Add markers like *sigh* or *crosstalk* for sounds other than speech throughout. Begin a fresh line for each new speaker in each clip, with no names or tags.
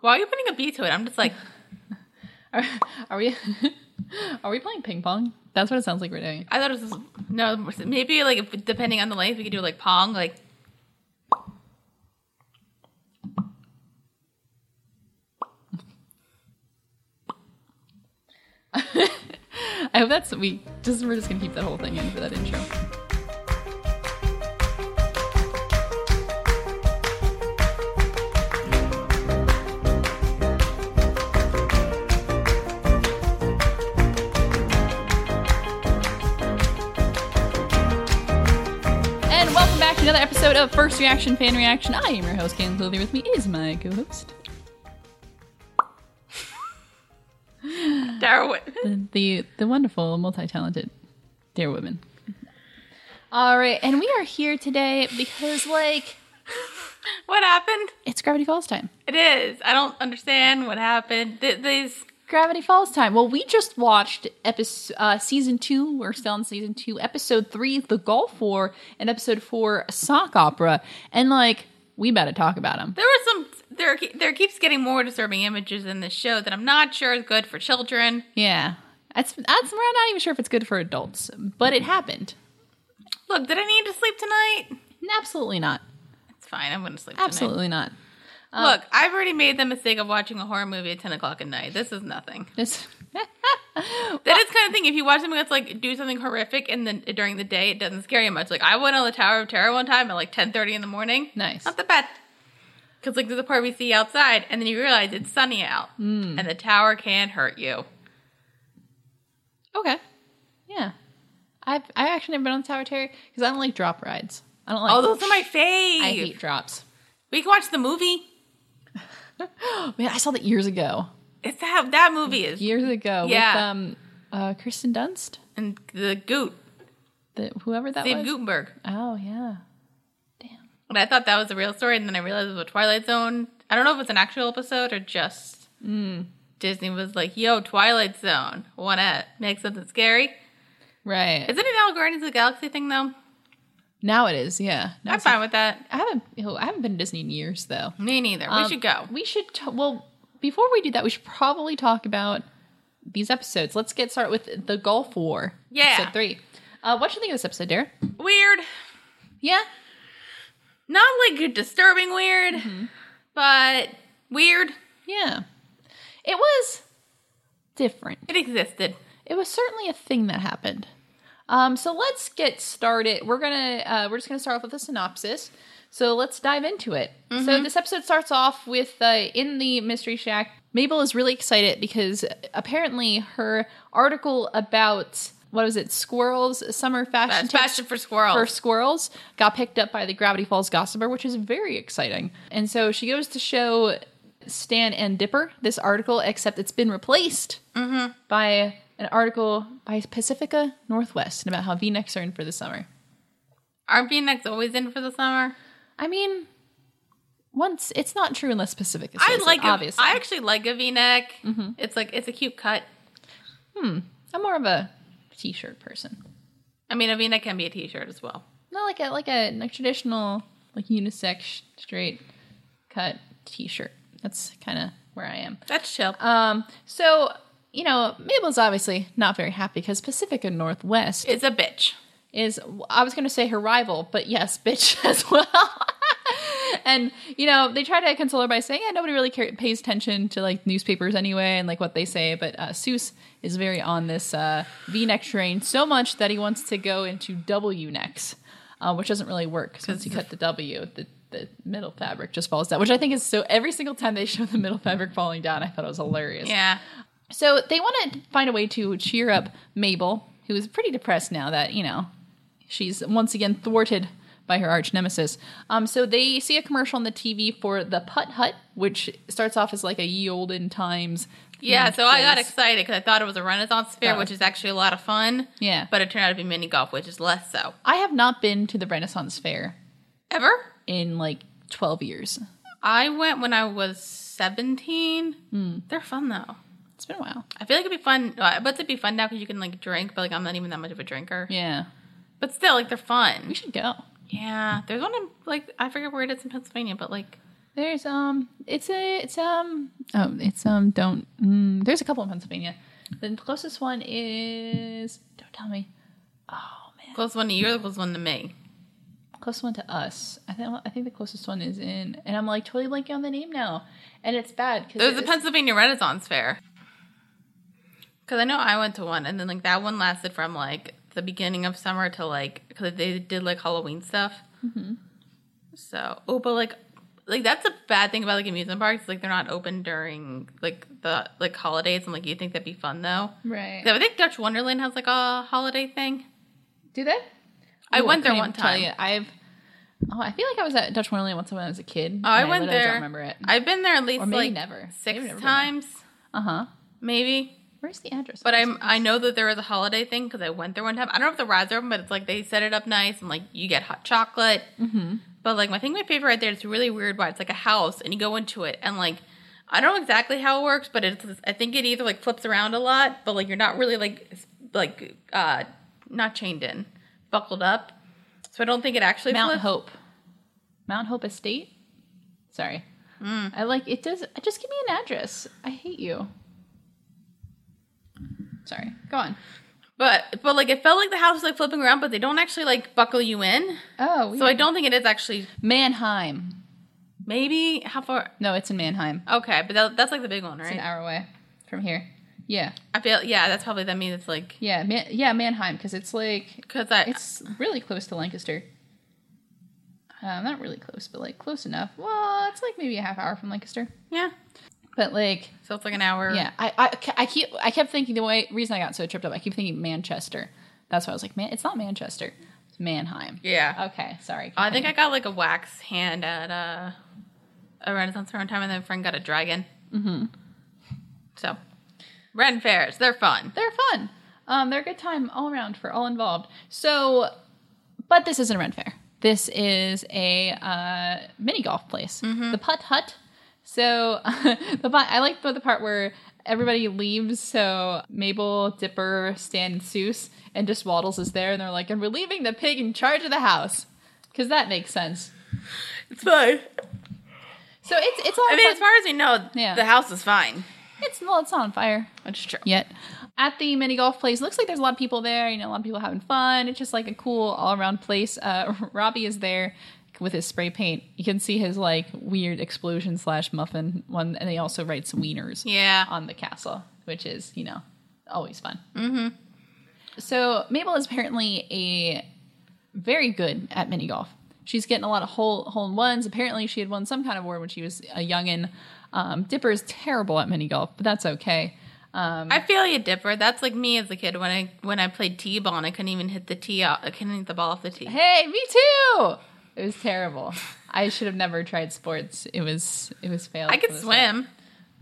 Why are you putting a B to it? I'm just like,
Are, are we *laughs* are we playing ping pong? That's what it sounds like we're doing.
I thought it was no. Maybe like if, depending on the length, we could do like pong. Like
I hope that's we just we're just gonna keep that whole thing in for that intro. And welcome back to another episode of First Reaction Fan Reaction. I am your host, Caitlin Clothie. With me is my co-host,
Darwin. *laughs*
the the, the wonderful, multi-talented dear woman. All right, and we are here today because like
what happened?
it's Gravity Falls time.
It is. I don't understand what happened. Th- these
Gravity Falls time. Well, we just watched episode uh, season two. We're still on season two, episode three, The Golf War, and episode four, Sock Opera, and like we better talk about them.
there were some there ke- there keeps getting more disturbing images in this show that I'm not sure is good for children.
Yeah, that's that's. We're not even sure if it's good for adults, but it happened.
Look, did I need to sleep tonight?
Absolutely not.
It's fine. I'm going to sleep. tonight.
Absolutely not.
Look, I've already made the mistake of watching a horror movie at 10 o'clock at night. This is nothing.
It's
That is kind of thing. If you watch something that's like do something horrific and then during the day, it doesn't scare you much. Like I went on the Tower of Terror one time at like ten thirty in the morning.
Nice.
Not the best. Because like there's a part we see outside, and then you realize it's sunny out,
Hmm.
and the tower can hurt you.
okay. Yeah, I've I actually never been on the Tower of Terror because I don't like drop rides. I don't like.
Oh, those are my fave.
I hate drops.
we can watch the movie.
*gasps* Man, I saw that years ago.
It's that that movie is
years ago with
Yeah.
um uh Kristen Dunst,
and the Goot
the, whoever that
Dave
was.
Gutenberg.
Oh yeah, damn.
And I thought that was a real story, and then I realized it was a Twilight Zone. I don't know if it's an actual episode or just
Hmm.
Disney was like, "Yo, Twilight Zone, wanna make something scary?"
Right
Is it an Al Guardians of the Galaxy thing though?
now it is. Yeah, Now
I'm
it's-
fine with that.
I haven't. you know, I haven't been to Disney in years though.
Me neither.
Um,
we should go.
We should. T- well, before we do that, we should probably talk about these episodes. Let's get started with the Gulf War.
Yeah.
episode three. Uh, what you think of this episode, Dare?
Weird,
Yeah,
not like disturbing weird, but weird.
yeah. It was different.
It existed.
it was certainly a thing that happened. Um, so let's get started. We're gonna uh, we're just gonna start off with a synopsis. So let's dive into it. So this episode starts off with uh, in the mystery shack. Mabel is really excited because apparently her article about what was it squirrels summer fashion
That's
tips
fashion for squirrels.
for squirrels got picked up by the Gravity Falls Gossiper, which is very exciting. And so she goes to show Stan and Dipper this article, except it's been replaced
Mm-hmm.
by an article by Pacifica Northwest about how V necks are in for the summer.
Aren't V-necks always in for the summer?
I mean, once it's not true unless Pacifica
I
says
like.
it,
a-
obviously.
I actually like a V-neck. It's like it's a cute cut.
I'm more of a t-shirt person,
I mean, a V-neck can be a T-shirt as well.
not like a like a, like traditional like unisex straight cut t-shirt. That's kind of where I am.
That's chill.
Um, so you know, Mabel's obviously not very happy because Pacifica Northwest
it's a bitch.
is I was going to say her rival, but yes, *laughs* bitch as well. and you know, they try to console her by saying, "Yeah, nobody really care- pays attention to like newspapers anyway, and like what they say." But uh, Seuss is very on this uh, V-neck train so much that he wants to go into W necks, uh, which doesn't really work because once you cut the W, the the middle fabric just falls down, which I think is so. Every single time they show the middle fabric falling down, I thought it was hilarious.
Yeah.
So they want to find a way to cheer up Mabel, who is pretty depressed now that, you know, she's once again thwarted by her arch nemesis. Um, so they see a commercial on the TV for the Putt Hut, which starts off as like a ye olden times.
Yeah,
themed
so I got
place.
excited because I thought it was a Renaissance fair,
Oh.
which is actually a lot of fun.
Yeah.
But it turned out to be mini golf, which is less so.
I have not been to the Renaissance Fair
Ever?
in like 12 years.
I went when I was 17. They're fun, though.
It's been a while.
I feel like it'd be fun. uh, But it'd be fun now because you can, like, drink, but, like, I'm not even that much of a drinker.
Yeah.
But still, like, they're
We
fun.
should go.
Yeah. There's one in, like, I forget where it is in Pennsylvania, but, like,
There's um, it's a it's um, oh, it's um, don't. Mm, there's a couple in Pennsylvania. The closest one is don't tell me. Oh man,
Close one to you or the close one to me?
closest one to us. I think I think the closest one is in, and I'm like totally blanking on the name now, and it's bad because
There's the Pennsylvania Renaissance Fair. Because I know I went to one, and then like that one lasted from like the beginning of summer to like because they did like Halloween stuff.
Mm-hmm.
So oh, but like like that's a bad thing about like amusement parks. Like they're not open during like the like holidays. I'm like you think that'd be fun though.
right.
I think Dutch Wonderland has like a holiday thing.
Do they?
I
Ooh,
went there
couldn't
one
even tell
time.
you. I've. Oh, I feel like I was at Dutch Wonderland once when I was a kid.
Oh, I went
literally
there.
Don't remember it.
I've been there at least
Or maybe
like
never.
six
Maybe never been there.
times,
Uh huh.
maybe.
Where's the address?
But I'm I know that there was a holiday thing because I went there one time. I don't know if the rides are open, but it's like they set it up nice and like you get hot chocolate. Mm-hmm. But like my thing, my favorite right there is really weird. Why it's like a house and you go into it and like I don't know exactly how it works, but it's I think it either like flips around a lot, but like you're not really like s- like uh not chained in, buckled up. So I don't think it actually
Mount
flips.
Hope. Mount Hope Estate. Sorry. I like it. Does just give me an address? I hate you. Sorry. Go on.
But but like it felt like the house was like flipping around, but they don't actually like buckle you in.
Oh,
So I don't think it is actually
Manheim.
maybe how far.
No, it's in Manheim.
Okay, but that, that's like the big one,
It's an
Oh, right?
hour away from here. Yeah,
I feel yeah, that's probably that means it's like
yeah, Man- yeah, Manheim because it's like
because I
it's really close to Lancaster. Um, not really close, but like close enough. Well, it's like maybe a half hour from Lancaster.
yeah,
But like,
so it's like an hour.
yeah, I, I, I keep I kept thinking the way reason I got so tripped up. I keep thinking Manchester. That's why I was like, man, it's not Manchester. It's Manheim.
yeah.
Okay, sorry.
Oh, I think I got like a wax hand at uh, a Renaissance fair one time, and then a friend got a dragon. Mm-hmm. So, Ren fairs, they're fun.
they're fun. Um, they're a good time all around for all involved. So, but this isn't a rent fair. This is a uh, mini golf place,
Mm-hmm.
the Putt Hut. So *laughs* the pot, I like the, the part where everybody leaves. So Mabel, Dipper, Stan, and Seuss, and just Waddles is there, and they're like, "And we're leaving the pig in charge of the house," because that makes sense.
It's fun.
So it's it's all
I mean,
fun.
as far as we know,
Yeah.
the house is fine.
it's well, it's not on fire.
That's true.
yet. At the mini golf place, looks like there's a lot of people there. You know, a lot of people having fun. It's just like a cool all around place. Uh, *laughs* Robbie is there with his spray paint. You can see his like weird explosion slash muffin one, and he also writes wieners
Yeah.
on the castle, which is you know always fun. Mm-hmm. So Mabel is apparently a very good at mini golf. She's getting a lot of hole hole in ones. Apparently, she had won some kind of award when she was a youngin. Um, Dipper is terrible at mini golf, but that's okay.
I feel you, Dipper. That's like me as a kid when I when I played t-ball and I couldn't even hit the tee. Off, I couldn't hit the ball off the tee.
Hey, me too. It was terrible. I should have never tried sports. It was it was failed.
I could
It was
swim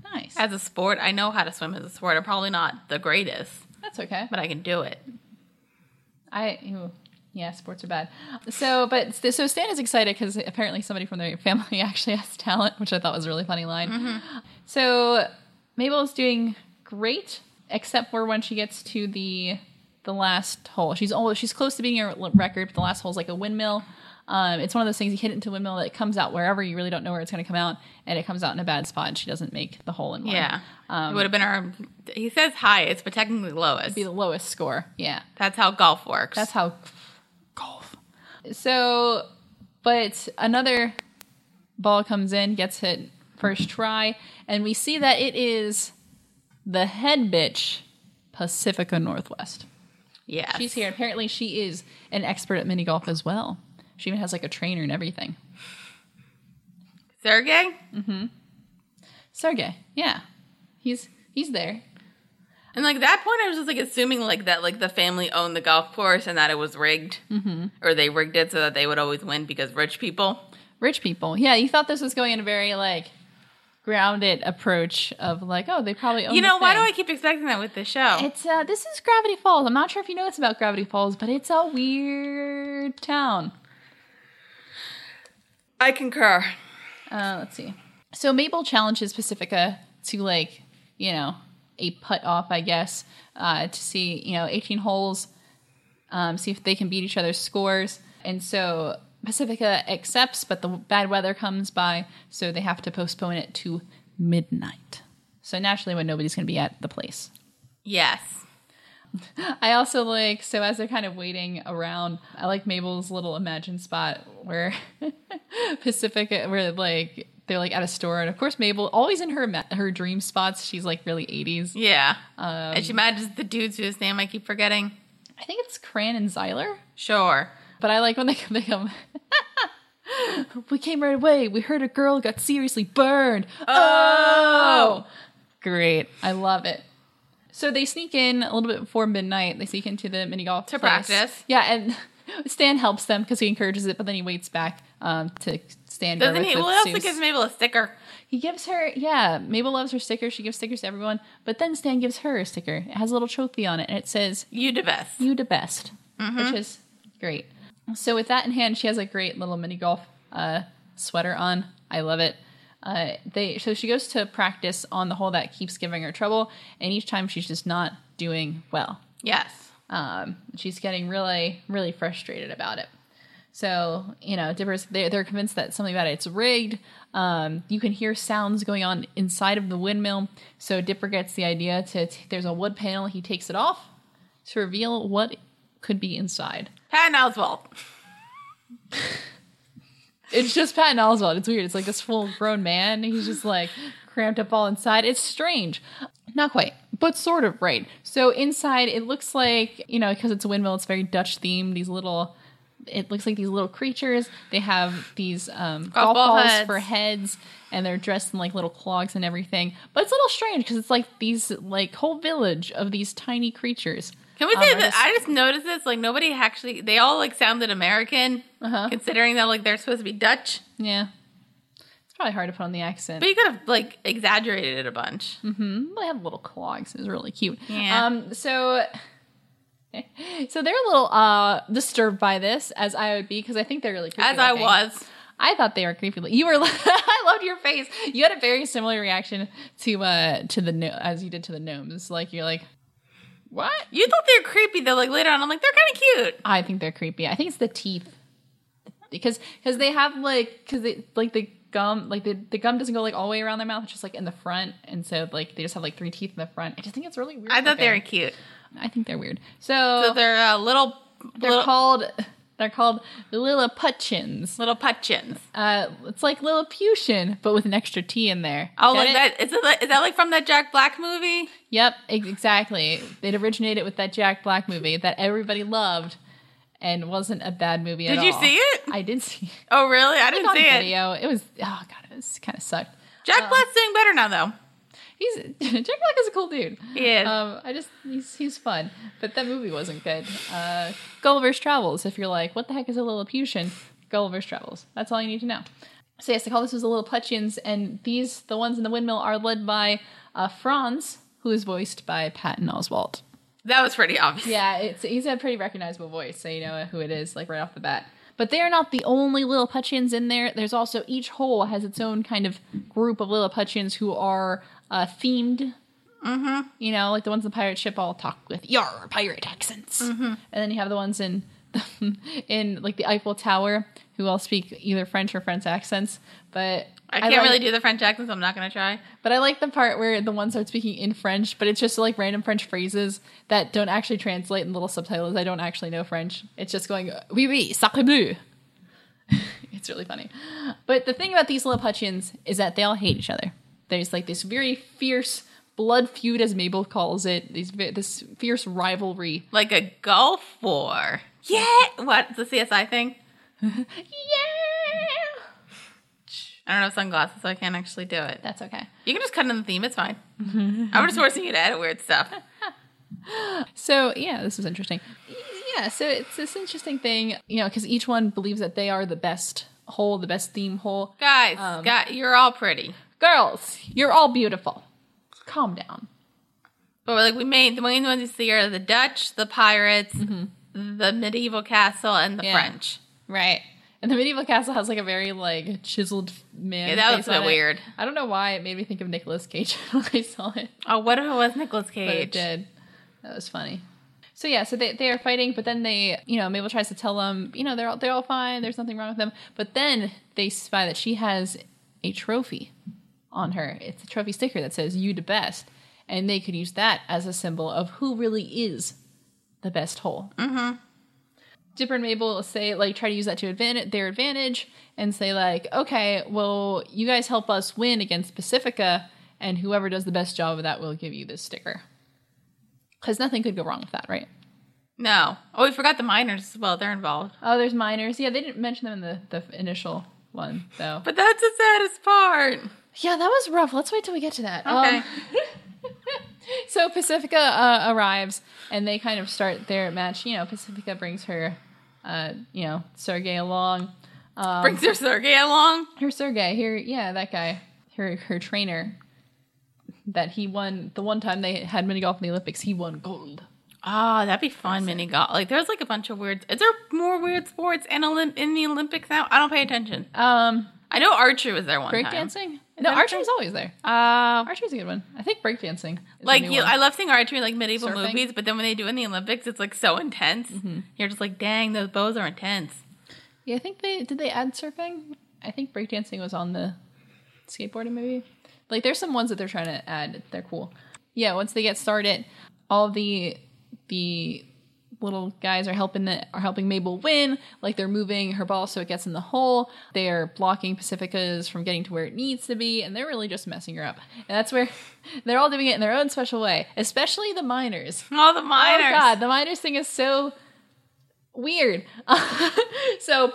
failed. Nice.
as a sport. I know how to swim as a sport. I'm probably not the greatest,
That's okay.
but I can do it.
I ooh, yeah, sports are bad. So, but so Stan is excited because apparently somebody from their family *laughs* actually has talent, which I thought was a really funny line. So Mabel's doing great, except for when she gets to the the last hole. She's almost she's close to being a record, but the last hole's like a windmill. Um, it's one of those things you hit it into a windmill that it comes out wherever you really don't know where it's going to come out, and it comes out in a bad spot. and She doesn't make the hole in one.
Yeah, it would have been our. He says highest, but technically lowest.
Um, be the lowest score. Yeah.
That's how golf works.
That's how golf. So, but another ball comes in, gets hit first try, and we see that it is the head bitch, Pacifica Northwest.
yeah.
She's here. Apparently, she is an expert at mini golf as well. She even has like a trainer and everything.
Sergey.
Sergey, yeah, he's he's there.
And like that point, I was just like assuming like that like the family owned the golf course and that it was rigged, mm-hmm. or they rigged it so that they would always win because rich people.
Rich people, yeah. You thought this was going in a very like grounded approach of like, oh, they probably own
you
the
know why do I
thing.
keep expecting that with this show?
It's uh, this is Gravity Falls. I'm not sure if you know it's about Gravity Falls, but it's a weird town.
I concur.
Uh, let's see. So Mabel challenges Pacifica to like, you know, a putt off, I guess, uh, to see you know 18 holes, um, see if they can beat each other's scores. And so Pacifica accepts, but the bad weather comes by, so they have to postpone it to midnight. So naturally, when nobody's going to be at the place.
Yes.
I also like so as they're kind of waiting around, I like Mabel's little imagine spot where *laughs* Pacifica where like they're like at a store and of course Mabel always in her ma- her dream spots, she's like really 80s.
Yeah.
Um,
and she imagines the dudes whose name I keep forgetting.
I think it's Cran and Zyler,
Sure.
but I like when they come they come *laughs* We came right away. We heard a girl got seriously burned. Oh, great. I love it. So they sneak in a little bit before midnight. They sneak into the mini golf
To
place.
practice.
Yeah, and *laughs* Stan helps them because he encourages it, but then he waits back um, to Stan.
Doesn't
with,
he?
with
Well, he
Seuss.
also gives Mabel a sticker.
He gives her, yeah, Mabel loves her sticker. She gives stickers to everyone, but then Stan gives her a sticker. It has a little trophy on it, and it says
You the best.
"You the best," which is great. So with that in hand, she has a great little mini golf uh, sweater on. I love it. Uh, they so she goes to practice on the hole that keeps giving her trouble, and each time she's just not doing well.
Yes.
Um, she's getting really, really frustrated about it. So, you know, Dipper's, they're, they're convinced that something about it's rigged. Um, you can hear sounds going on inside of the windmill. So Dipper gets the idea to, t- there's a wood panel. He takes it off to reveal what could be inside.
Patton Oswalt.
It's just Patton Oswald. It's weird. It's like this full grown man. He's just like cramped up all inside. It's strange. Not quite, but sort of right. So inside, it looks like, you know, because it's a windmill, it's very Dutch themed. These little, it looks like these little creatures. They have these um, golf,
ball
balls
heads.
for heads, and they're dressed in like little clogs and everything. But it's a little strange because it's like these, like, whole village of these tiny creatures.
Can we say
Um, I
that
just-
I just noticed this? Like nobody actually, they all like sounded American,
Uh-huh.
considering that like they're supposed to be Dutch.
Yeah. It's probably hard to put on the accent.
But you could have like exaggerated it a bunch.
Mm-hmm. Well, Mm, They have little clogs. It was really cute.
Yeah.
Um, so, *laughs* so they're a little uh, disturbed by this, as I would be, because I think they're really creepy.
As I
looking.
was.
I thought they were creepy. lo- You were. *laughs* I loved your face. You had a very similar reaction to uh to the gno- as you did to the gnomes. Like you're like, what?
You thought they were creepy though. Like later on, I'm like they're kind of cute.
I think they're creepy. I think it's the teeth, because because they have like because they like the gum like the, the gum doesn't go like all the way around their mouth. It's just like in the front, and so like they just have like three teeth in the front. I just think it's really weird.
I thought they
looking.
were cute.
I think they're weird. So,
So they're uh, little
they're
little,
called they're called Lilliputians.
little putchins.
Uh, it's like Lilliputian, but with an extra T in there.
Oh,
Get
like
it?
that. Is, it, like- is that like from that Jack Black movie?
Yep, ex- exactly. It originated with that Jack Black movie that everybody loved, and wasn't a bad movie.
Did
at
you
all.
see it?
I did see. It.
Oh, really? I
It
didn't
was on
see it.
video. Uh-huh. It was oh god, it was kind of sucked.
Jack Black's doing better now though.
He's *laughs* Jack Black is a cool dude.
He is.
Um, I just he's he's fun, but that movie wasn't good. Uh, Gulliver's Travels. If you're like, what the heck is a Lilliputian? Gulliver's Travels. That's all you need to know. So yes, they call this was the Lilliputians, and these the ones in the windmill are led by uh, Franz, who is voiced by Patton Oswalt.
That was pretty obvious.
Yeah, it's he's a pretty recognizable voice, so you know who it is, like right off the bat. But they are not the only Lilliputians in there. There's also each hole has its own kind of group of Lilliputians who are uh, themed. Mm-hmm. You know, like the ones in the pirate ship all talk with yar pirate accents,
Mm-hmm.
and then you have the ones in *laughs* in like the Eiffel Tower who all speak either French or French accents. But
I can't
like-
really do the French accent, so I'm not gonna try.
but I like the part where the ones start speaking in French, but it's just like random French phrases that don't actually translate in little subtitles. I don't actually know French. It's just going, oui, oui, sacre bleu. *laughs* it's really funny. But the thing about these Lilliputians is that they all hate each other. There's like this very fierce blood feud, as Mabel calls it, these, ve- this fierce rivalry.
Like a Gulf War. Yeah. What? The CSI thing?
Yeah!
I don't have sunglasses, so I can't actually do it.
That's okay.
You can just cut in the theme. It's *laughs* fine. I'm just forcing you to edit weird stuff.
So yeah, this was interesting. Yeah, so it's this interesting thing, you know, because each one believes that they are the best whole, the best theme whole.
Guys, guy- you're all pretty.
Girls, you're all beautiful. Calm down.
But we're like, we made the main ones you see are the Dutch, the pirates, the medieval castle, and the
Yeah.
French.
Right. And the medieval castle has like a very like chiseled man.
Yeah, that was
face
a bit
on it.
weird.
I don't know why it made me think of Nicolas Cage *laughs* when I saw it,
Oh, what if it was Nicolas
but it
Cage?
did. That was funny. So yeah, so they, they are fighting, but then they, you know, Mabel tries to tell them, you know, they're all, they're all fine. There's nothing wrong with them. But then they spy that she has a trophy on her. It's a trophy sticker that says "You the best," and they could use that as a symbol of who really is the best whole. Mm-hmm. Dipper and Mabel say like try to use that to advantage their advantage and say like, okay, well, you guys help us win against Pacifica, and whoever does the best job of that will give you this sticker. Because nothing could go wrong with that, right?
No. Oh, we forgot the miners as well. They're involved.
Oh, there's minors. Yeah, they didn't mention them in the, the initial one though.
But that's the saddest part.
Yeah, that was rough. Let's wait till we get to that.
Okay.
Um, *laughs* so Pacifica uh, arrives and they kind of start their match. You know, Pacifica brings her, uh, you know, Sergey along.
Brings her Sergey along.
Her Sergey, here, yeah, that guy, her her trainer. That he won the one time they had mini golf in the Olympics, he won gold.
Oh, that'd be fun, mini golf. Like, there's like a bunch of weird. Is there more weird sports in, Olymp- in the Olympics now? I don't pay attention.
Um,
I know archery was there one time.
breakdancing? No,
that a
archery's always there.
Uh,
Archery's a good one. I think breakdancing. Is a
like
new
you,
one.
I love seeing archery in, like medieval
Surfing. Mm-hmm.
movies, but then when they do it in the Olympics, it's like so intense. You're just like, dang, those bows are intense.
Yeah, I think they did they add surfing? I think breakdancing was on the skateboarding maybe. Like there's some ones that they're trying to add. They're cool. Yeah, once they get started, all the the little guys are helping the, are helping Mabel win. Like they're moving her ball so it gets in the hole. They are blocking Pacifica's from getting to where it needs to be, and they're really just messing her up. And that's where *laughs* they're all doing it in their own special way, especially the miners.
All the miners.
Oh god, the miners thing is so weird. *laughs* so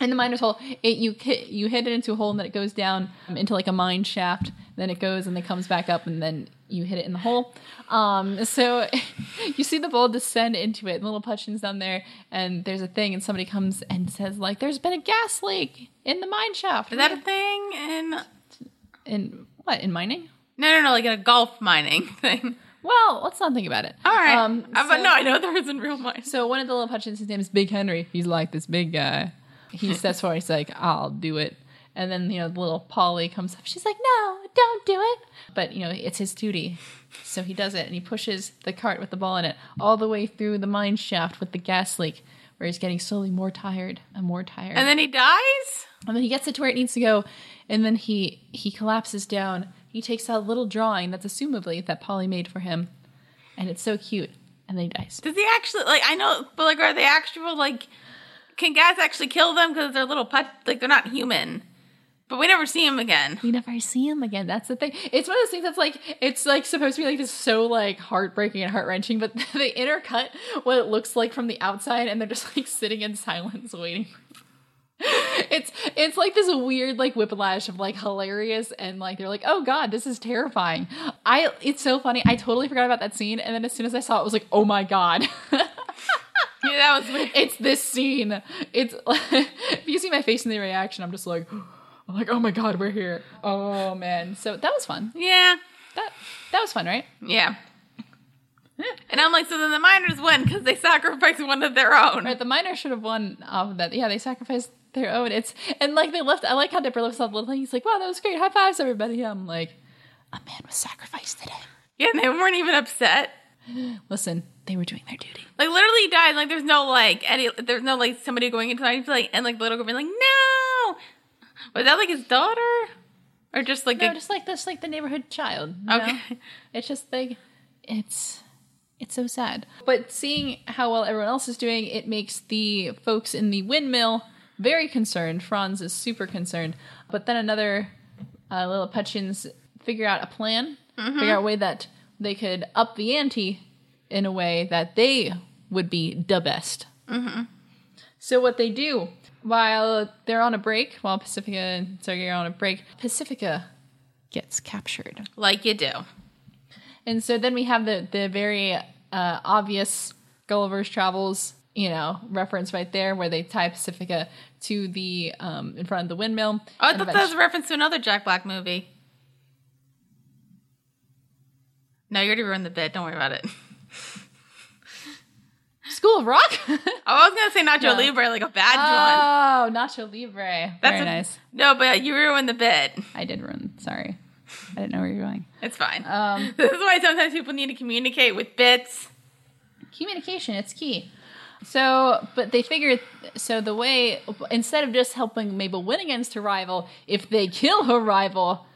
in the miners hole, it you ki- you hit it into a hole and then it goes down um, into like a mine shaft. Then it goes and then comes back up and then you hit it in the hole. Um, so *laughs* you see the ball descend into it. And little Putchin's down there and there's a thing and somebody comes and says like, "There's been a gas leak in the mine shaft."
Is that a thing? In no,
in what in mining?
no, no, like in a golf mining *laughs* thing.
Well, let's not think about it.
All right,
Um,
Uh, but
so-
no, I know there is in real mines.
So one of the little punches, his name is Big Henry. He's like this big guy.
*laughs*
He's that's why he's like, I'll do it. And then you know, the little Polly comes up. She's like, No, don't do it. But you know, it's his duty, so he does it. And he pushes the cart with the ball in it all the way through the mine shaft with the gas leak, where he's getting slowly more tired and more tired.
And then he dies.
And then he gets it to where it needs to go, and then he he collapses down. He takes out a little drawing that's assumably that Polly made for him, and it's so cute. And then he dies.
Does he actually like? I know, but like, are they actual like? Can gas actually kill them because they're little put? Like they're not human. But we never see him again.
*laughs*
*laughs*
we never see him again. That's the thing. It's one of those things that's like it's like supposed to be like this so like heartbreaking and heart wrenching, but *laughs* they intercut what it looks like from the outside, and they're just like sitting in silence waiting. *laughs* It's it's like this weird like whiplash of like hilarious and like they're like oh god this is terrifying. I it's so funny. I totally forgot about that scene, and then as soon as I saw it, I was like oh my god. *laughs*
Yeah, that was weird.
it's this scene. It's *laughs* if you see my face in the reaction, I'm just like, *gasps* I'm like, oh my god, we're here. Oh man, so that was fun.
Yeah,
That that was fun, right?
yeah. And I'm like, so then the miners win because they sacrificed one of their own.
Right, the miners should have won off of that. Yeah, they sacrificed their own. It's and like they left. I like how Dipper lifts up the little thing. He's like, wow, that was great. High fives, everybody. I'm like, a man was sacrificed today.
Yeah, and they weren't even upset.
Listen, they were doing their duty.
Like literally he died. Like there's no like any. There's no like somebody going into the like and like the little girl being like no. Was that like his daughter, or just like
No,
the,
just like this, like the neighborhood child. you
okay?
know? It's just like it's it's so sad. But seeing how well everyone else is doing, it makes the folks in the windmill very concerned. Franz is super concerned. But then another uh, Lila Putchins figure out a plan, figure out a way that they could up the ante in a way that they would be the best. So what they do while they're on a break, while Pacifica and Sergei are on a break, Pacifica gets captured.
*laughs* Like you do.
And so then we have the the very uh, obvious Gulliver's Travels, you know, reference right there where they tie Pacifica to the um, in front of the windmill.
Oh, I
And
thought that
eventu-
was a reference to another Jack Black movie. No, you already ruined the bit. Don't worry about it. *laughs* Oh,
School of Rock. *laughs*
Oh, I was gonna say Nacho
No.
Libre, like a bad one.
oh, Nacho Libre.
That's
very
a-
nice.
No, but you ruined the bit.
I did ruin. Sorry, I didn't know where you were going.
*laughs* It's fine.
Um,
this is why sometimes people need to communicate with bits.
Communication, it's key. So, but they figured so the way instead of just helping Mabel win against her rival, if they kill her rival,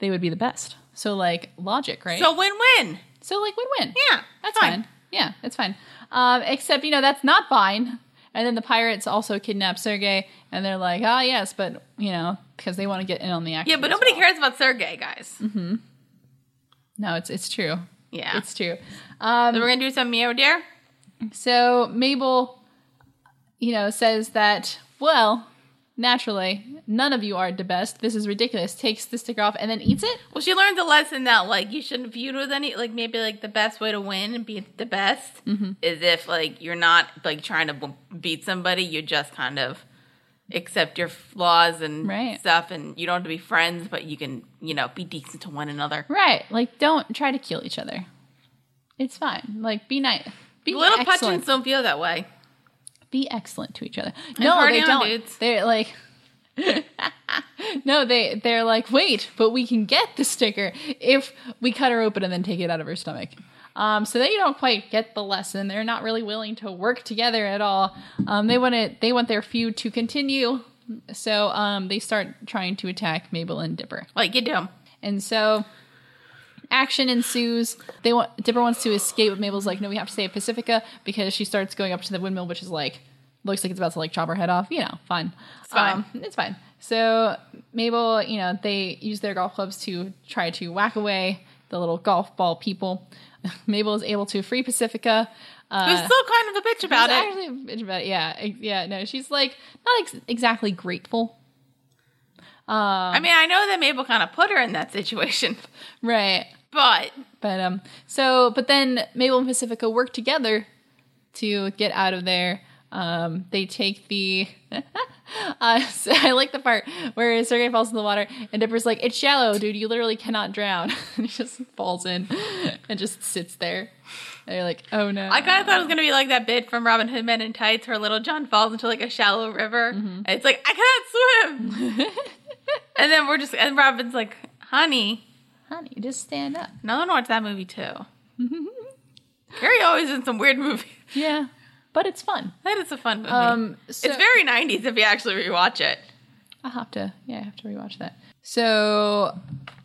they would be the best. So like logic, right?
So win win.
So like win-win.
Yeah,
that's fine.
fine.
Yeah, that's fine. Um, except you know that's not fine. And then the pirates also kidnap Sergey, and they're like, "Ah, yes, but you know, because they want to get in on the action."
Yeah, but
as
nobody
well.
cares about Sergey, guys.
Mm. No, it's it's true.
Yeah.
It's um, true.
so we're gonna do some meow dear.
So Mabel, you know, says that, well, naturally, none of you are the best. This is ridiculous. Takes the sticker off and then eats it.
Well, she learned the lesson that like you shouldn't feud with any like maybe like the best way to win and be the best
Mm-hmm.
is if like you're not like trying to b- beat somebody, you just kind of accept your flaws and
Right.
stuff, and you don't have to be friends, but you can you know be decent to one another.
Right. Like, don't try to kill each other. It's fine. Like, be nice. Be
Little
excellent.
Putchins don't feel that way.
Be excellent to each other. No,
party
they
on,
don't.
dudes.
They're like. *laughs* no, they they're like, wait, but we can get the sticker if we cut her open and then take it out of her stomach. Um, so they don't quite get the lesson. They're not really willing to work together at all. Um, they want to they want their feud to continue. So um, they start trying to attack Mabel and Dipper.
Like you do.
And so action ensues. They want Dipper wants to escape, but Mabel's like, no, we have to stay at Pacifica because she starts going up to the windmill, which is like looks like it's about to like chop her head off. You know, fun. It's
fine.
it's fine. So Mabel, you know, they use their golf clubs to try to whack away the little golf ball people. *laughs* Mabel is able to free Pacifica. Uh,
Who's still kind of a bitch about it.
she's actually a bitch about it. Yeah, ex- yeah. No, she's like not ex- exactly grateful.
I mean, I know that Mabel kind of put her in that situation, *laughs*
Right.
but
But um, so but then Mabel and Pacifica work together to get out of there. Um, they take the. *laughs* uh, *laughs* so I like the part where Sergey falls in the water and Dipper's like, "It's shallow, dude. You literally cannot drown." *laughs* and he just falls in and just sits there. And you're like, "Oh no!"
I kind of thought it was gonna be like that bit from Robin Hood Men in Tights, where Little John falls into like a shallow river,
Mm-hmm.
and it's like I cannot swim. and then we're just and Robin's like, "Honey,
*laughs* Honey, just stand up. *laughs*
no one watched that movie too." Carrie always in some weird movie. *laughs*
Yeah, but it's fun.
That is a fun movie.
Um, so-
it's very '90s if you actually rewatch it.
I'll have to, yeah, I have to rewatch that. So,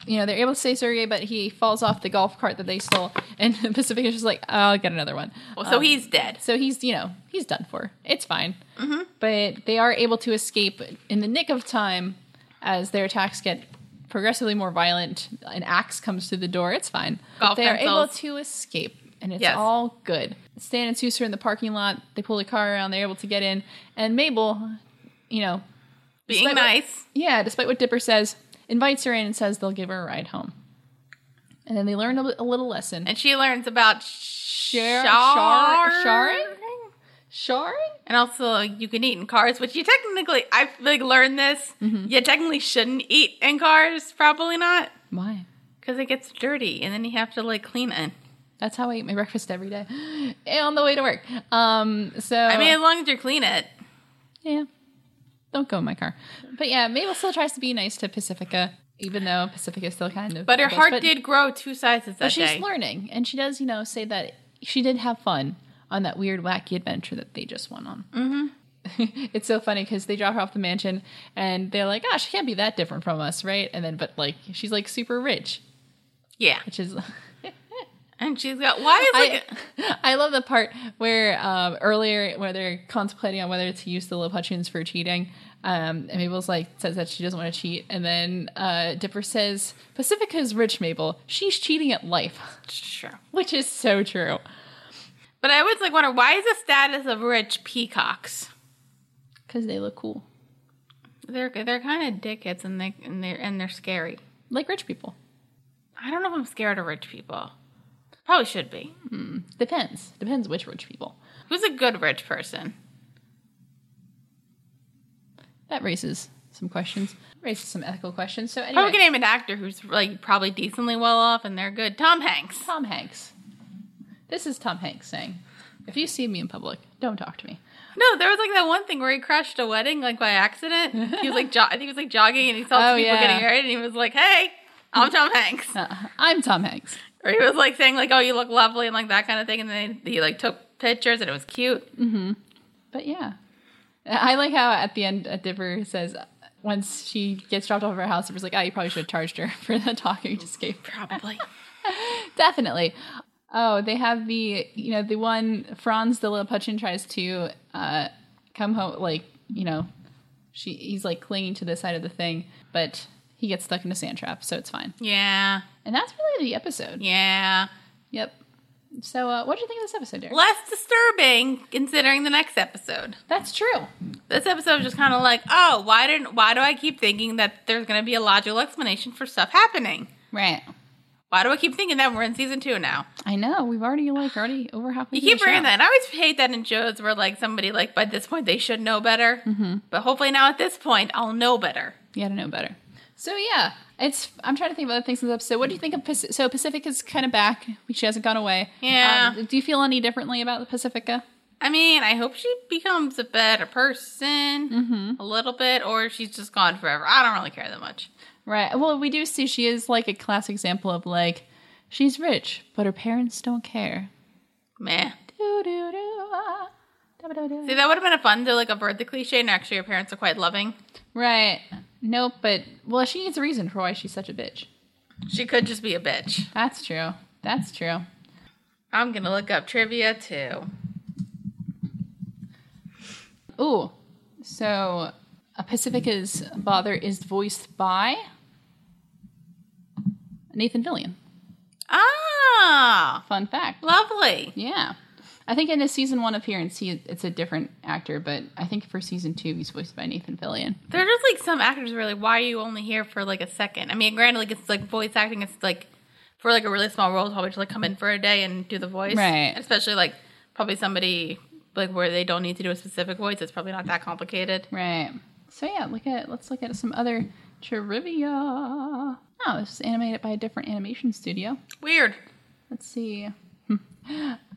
you know, they're able to save Sergey, but he falls off the golf cart that they stole, and *laughs* Pacific is just like, "Oh, I'll get another one.
Well, so
Um,
he's dead.
so he's, you know, he's done for. It's fine.
Mm-hmm.
But they are able to escape in the nick of time as their attacks get progressively more violent. An axe comes through the door. It's fine.
Golf
they are able
pencils.
to escape, and it's
Yes.
all good. Stan and Seuss are in the parking lot. They pull the car around. They're able to get in, and Mabel, you know,
Being
despite what-
nice,
yeah, despite what Dipper says, invites her in and says they'll give her a ride home. And then they learn a, a little lesson.
and she learns about
Shar-
shar-
shar- sharing? Sharing?
And also, you can eat in cars, which you technically, I've like learned this.
Mm-hmm.
You technically shouldn't eat in cars, probably not,
Why?
because it gets dirty, and then you have to like clean it.
That's how I eat my breakfast every day *gasps* on the way to work. Um, so
I mean, as long as you clean it,
yeah, don't go in my car. But yeah, Mabel still tries to be nice to Pacifica, even though Pacifica still kind of.
but her
bitch,
heart did grow two sizes that
But she's
day.
learning, and she does, you know, say that she did have fun on that weird, wacky adventure that they just went on. Mm-hmm. *laughs* it's so funny because they drop her off the mansion, and they're like, "Ah, she can't be that different from us, right?" And then, but like, she's like super rich,
yeah,
which is.
and she's got why is
I,
like
*laughs* I love the part where um, earlier where they're contemplating on whether to use the little Hutchins for cheating. Um, and Mabel's like says that she doesn't want to cheat, and then uh, Dipper says Pacifica is rich. Mabel, she's cheating at life, *laughs*
sure.
which is so true.
But I always like wonder why is the status of rich peacocks?
Because they look cool.
They're they're kind of dickheads, and they and they're and they're scary.
Like rich people.
I don't know if I'm scared of rich people. Probably should be.
Depends. Depends which rich people.
Who's a good rich person?
That raises some questions. Raises some ethical questions. So anyway,
Probably can name an actor who's like probably decently well off and they're good. Tom Hanks.
Tom Hanks. This is Tom Hanks saying, if you see me in public, don't talk to me. *laughs*
No, there was like that one thing where he crashed a wedding like by accident. He was like, jo- I think he was like
*laughs*
jogging and he saw
Oh,
two people
yeah.
getting married and he was like, "Hey, I'm Tom Hanks."
Uh, I'm Tom Hanks.
or he was like saying like, "Oh, you look lovely" and like that kind of thing, and then he like took pictures and it was cute.
But yeah, I like how at the end, uh, Dipper says uh, once she gets dropped off at her house, Dipper's like, "Ah, you probably should have charged her *laughs* for the talker you just gave." her."
Probably.
*laughs* Definitely. Oh, they have the you know the one Franz the Lilliputian tries to uh, come home like you know she he's like clinging to the side of the thing, but he gets stuck in a sand trap, so it's fine.
*laughs* yeah,
And that's really the episode.
yeah.
Yep. So, uh, what do you think of this episode, Derek?
Less disturbing considering the next episode.
That's true.
This episode was just kind of like, oh, why didn't? Why do I keep thinking that there's going to be a logical explanation for stuff happening?
Right.
Why do I keep thinking that we're in season two now?
I know. We've already like already over halfway.
You
through
keep
the
bringing
show.
that. And I always hate that in shows where like somebody like by this point they should know better, but hopefully now at this point I'll know better.
You gotta know better. So yeah, it's. I'm trying to think of other things in this episode. What do you think of? Paci- So Pacific is kind of back. She hasn't gone away.
Yeah.
Um, do you feel any differently about Pacifica?
I mean, I hope she becomes a better person a little bit, or she's just gone forever. I don't really care that much.
Right. Well, we do see she is like a classic example of like, she's rich, but her parents don't care.
Meh.
Doo doo doo. ah, da ba da doo.
See, that would have been a fun to like avert the cliche, and actually, her parents are quite loving.
Right. Nope. But well, she needs a reason for why she's such a bitch.
She could just be a bitch.
That's true. That's true.
I'm gonna look up trivia too.
Ooh. So uh, Pacifica's father is voiced by Nathan Fillion.
Ah,
Fun fact.
lovely.
Yeah. I think in his season one appearance, he it's a different actor, but I think for season two, he's voiced by Nathan Fillion.
There's just like some actors where like, why are you only here for like a second? I mean, granted, like it's like voice acting. It's like for like a really small role, it's probably just like come in for a day and do the voice,
Right.
Especially like probably somebody like where they don't need to do a specific voice. It's probably not that complicated.
Right. So yeah, look at let's look at some other trivia. Oh, this is animated by a different animation studio.
Weird.
Let's see.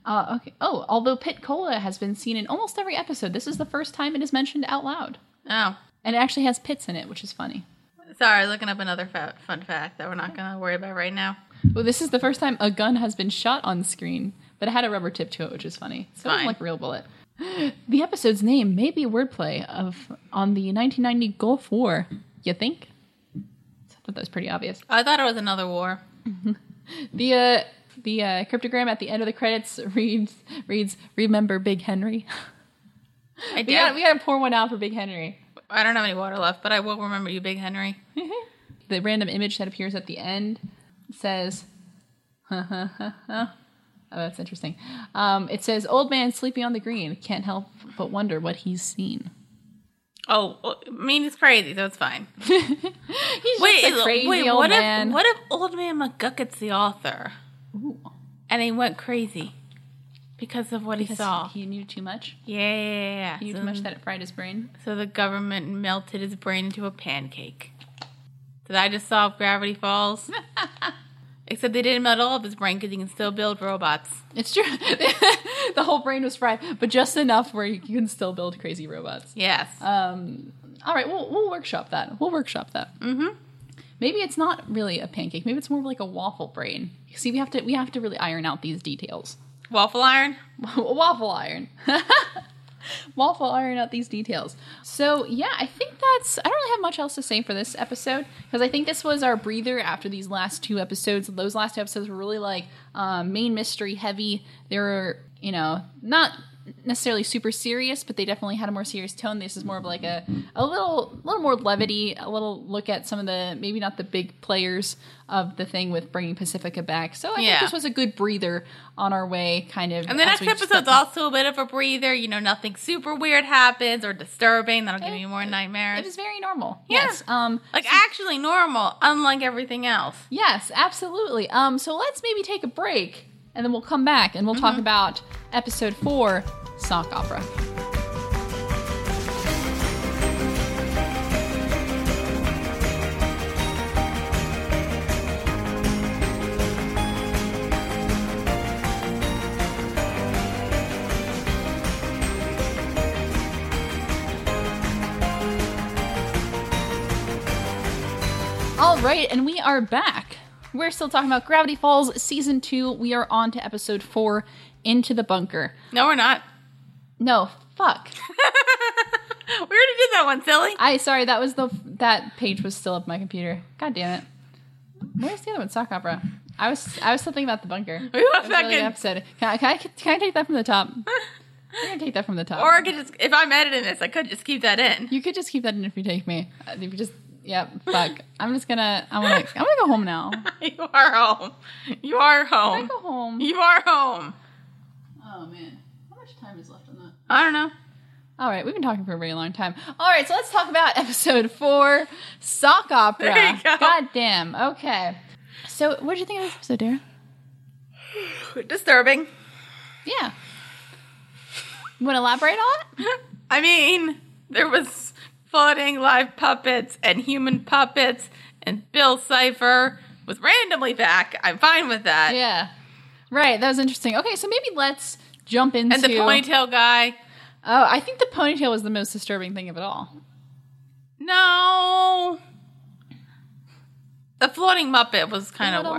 Uh, okay. Oh, although Pit Cola has been seen in almost every episode, this is the first time it is mentioned out loud.
Oh,
And it actually has pits in it, which is funny.
sorry. Looking up another fa- fun fact that we're not gonna worry about right now.
Well, this is the first time a gun has been shot on screen, but it had a rubber tip to it, which is funny. So it
Fine.
wasn't like a real bullet. *gasps* The episode's name may be a wordplay of on the 1990 Gulf War. You think? I thought that was pretty obvious.
I thought it was another war.
The uh, the uh, cryptogram at the end of the credits *laughs* reads reads Remember Big Henry. *laughs*
I did.
We got we got to pour one out for Big Henry.
I don't have any water left, but I will remember you, Big Henry.
the random image that appears at the end says, *laughs* oh, that's interesting. Um, it says, "Old man sleeping on the green can't help but wonder what he's seen."
Oh, well, I mean, it's crazy, so it's fine.
He's
Wait,
just
is-
a crazy
wait,
old
what
man.
if what if old man McGucket's the author
Ooh,
and he went crazy because of what he
because
saw?
he knew too much.
yeah,
He knew
so,
too much that it fried his brain.
so the government melted his brain into a pancake. Did I just solve Gravity
*laughs*
Falls? Except they didn't melt all of his brain because you can still build robots.
It's true. *laughs* the whole brain was fried, but just enough where you can still build crazy robots.
Yes,
Um, all right, we'll we'll workshop that. We'll workshop that. Mm-hmm. Maybe it's not really a pancake. Maybe it's more of like a waffle brain. See, we have to we have to really iron out these details.
waffle iron.
*laughs* waffle iron. waffle iron out these details. So yeah, I think that's. I don't really have much else to say for this episode because I think this was our breather after these last two episodes. Those last two episodes were really like um, main mystery heavy. They were, you know, not necessarily super serious, but they definitely had a more serious tone. This is more of like a a little little more levity, a little look at some of the maybe not the big players of the thing with bringing Pacifica back. So I
Yeah.
think this was a good breather on our way, kind of.
And the next
as we just
episode's
got-
also a bit of a breather. You know, nothing super weird happens or disturbing. That'll give
It-
you more nightmares.
It was very normal.
Yeah.
Yes. Um.
like actually normal, unlike everything else.
Yes. Absolutely. Um. So let's maybe take a break, and then we'll come back and we'll
Mm-hmm.
talk about episode four, sock opera. All right, and we are back. We're still talking about Gravity Falls season two. We are on to episode four, Into the Bunker.
No, we're *laughs* not.
No, fuck.
We already did that one, silly.
I sorry, that was the that page was still up my computer. God damn it. Where's the other one? Sock opera. I was I was still thinking about
*laughs*
the bunker.
We
That
want
was a really good
that
episode. Can I, can I can I take that from
*laughs*
the top? I'm gonna take that from the top.
Or I could just, if I'm editing this, I could just keep that in. *laughs*
you could just keep that in if you take me. Uh, If you just yeah, fuck. I'm just gonna I wanna I'm gonna go home
*laughs*
now.
You are home. You are
Can I
home.
go home?
You are home.
Oh man. How much time is left on that?
I don't
*laughs*
know.
All right, we've been talking for a very long time. All right, so let's talk about *laughs* episode four, sock opera.
There you go.
God damn. Okay. So, what did you think of this episode, Dara?
Disturbing.
Yeah. Want to elaborate on it?
*laughs* I mean, there was floating live puppets and human puppets, and Bill Cipher was randomly back. I'm fine with that.
Yeah. Right. That was interesting. Okay, so maybe let's jump into.
And the ponytail guy.
Oh, I think the ponytail was the most disturbing thing of it all.
No. The floating Muppet was kind of
Little.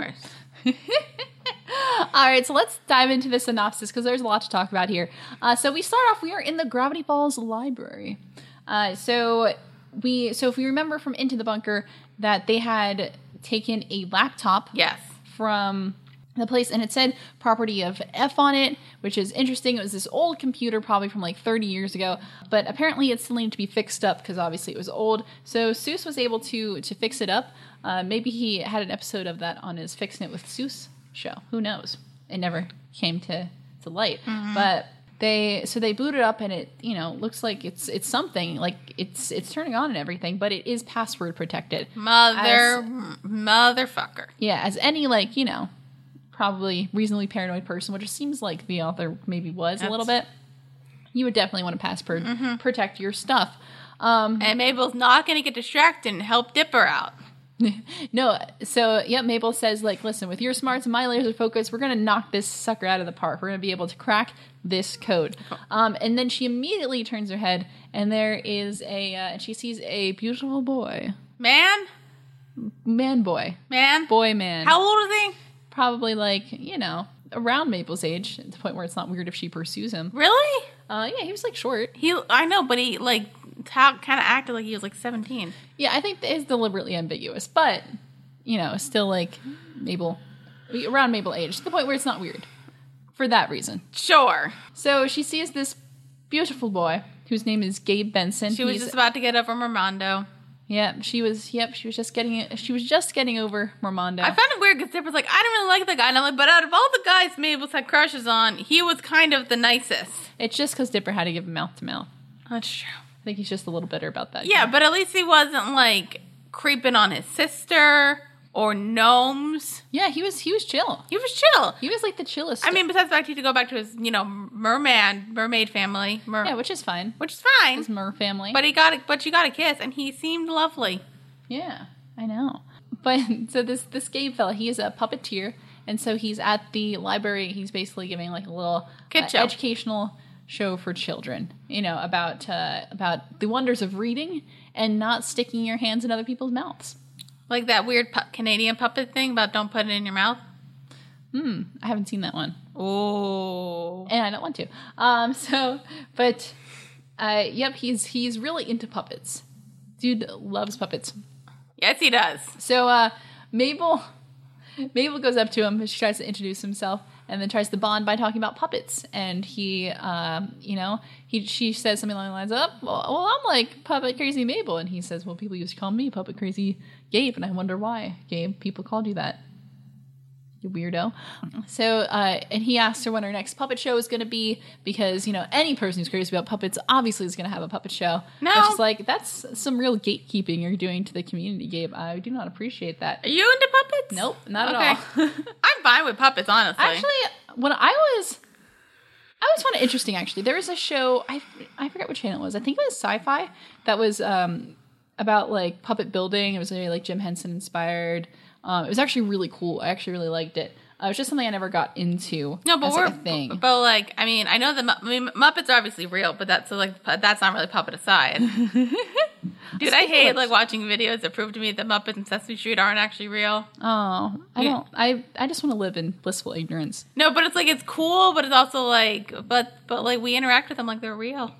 worse.
*laughs* All right, so let's dive into the synopsis because there's a lot to talk about here. Uh, so we start off. We are in the Gravity Falls Library. Uh, so we, so if we remember from Into the Bunker, that they had taken a laptop
Yes.
from the place and it said property of F on it, which is interesting. It was this old computer, probably from like 30 years ago, but apparently it still needed to be fixed up because obviously it was old. So Seuss was able to to fix it up. Uh, maybe he had an episode of that on his Fixing It with Seuss show. Who knows? It never came to to light, but. They so they boot it up and it you know looks like it's it's something like it's it's turning on and everything but it is password protected
Mother, motherfucker.
yeah, as any like you know, probably reasonably paranoid person, which it seems like the author maybe was a little bit. You would definitely want to password protect your stuff. Um,
And Mabel's not going to get distracted and help Dipper out.
no, so yeah, Mabel says like, listen, with your smarts and my laser focus, we're gonna knock this sucker out of the park. We're gonna be able to crack this code. Um, and then she immediately turns her head, and there is a, uh, and she sees a beautiful boy,
Man,
man, boy,
man.
boy, man.
How old is he?
probably like you know around Maple's age at the point where it's not weird if she pursues him.
Really?
Uh, yeah, he was like short.
He, I know, but he like kind of acted like he was like 17.
Yeah, I think that is deliberately ambiguous, but you know, still like Mabel around Mabel age to the point where it's not weird for that reason.
Sure.
So she sees this beautiful boy whose name is Gabe Benson.
She was
He's-
just about to get over Mermondo.
yeah, she was yep, she was just getting it. She was just getting over Mormondo.
I found it weird because Dipper's like, I don't really like the guy. And I'm like, but out of all the guys Mabel's had crushes on, he was kind of the nicest.
it's just because Dipper had to give him mouth to mouth.
That's true.
I think he's just a little bitter about that.
Yeah, but at least he wasn't like creeping on his sister or gnomes.
yeah, he was he was chill.
He was chill.
He was like the chillest.
I mean, besides the fact he had to go back to his, you know, merman, mermaid family, mer-
yeah, which is fine.
which is
his
fine.
Murr family.
But he got, a, but you got a kiss, and he seemed lovely.
yeah, I know. But *laughs* so this this Gabe fella, he is a puppeteer, and so he's at the library. He's basically giving like a little uh,
Good show.
educational show for children, you know, about uh, about the wonders of reading and not sticking your hands in other people's mouths.
Like that weird pu- Canadian puppet thing about don't put it in your mouth.
Hmm, I haven't seen that one.
Oh,
and I don't want to. Um, *laughs* so, but uh, yep, he's he's really into puppets. Dude loves puppets.
yes, he does.
So uh, Mabel, *laughs* Mabel goes up to him. She tries to introduce himself, and then tries to bond by talking about puppets. And he, um, you know, he she says something along the lines of, well, well, I'm like puppet crazy Mabel," and he says, "Well, people used to call me puppet crazy Gabe, and I wonder why, Gabe. People called you that." You weirdo. So, uh, and he asks her when her next puppet show is going to be because, you know, any person who's curious about puppets obviously is going to have a puppet show.
No.
And she's like, that's some real gatekeeping you're doing to the community, Gabe. I do not appreciate that.
Are you into puppets?
Nope, not
Okay.
at all. *laughs*
I'm fine with puppets, honestly.
actually, when I was, I always found it interesting. Actually, there was a show I I forget what channel it was. I think it was Sci-Fi that was um, about like puppet building. It was very like Jim Henson inspired. Um, it was actually really cool. I actually really liked it. Uh, it was just something I never got into.
no, but
as
we're
a thing.
but like I mean, I
*laughs*
know the Mu- I mean, Muppets are obviously real, but that's like that's not really puppet aside. Dude, I hate like watching videos that prove to me that Muppets and Sesame Street aren't actually real.
Oh,
Yeah.
I don't. I I just want to live in blissful ignorance.
No, but it's like it's cool, but it's also like, but but like we interact with them like they're real.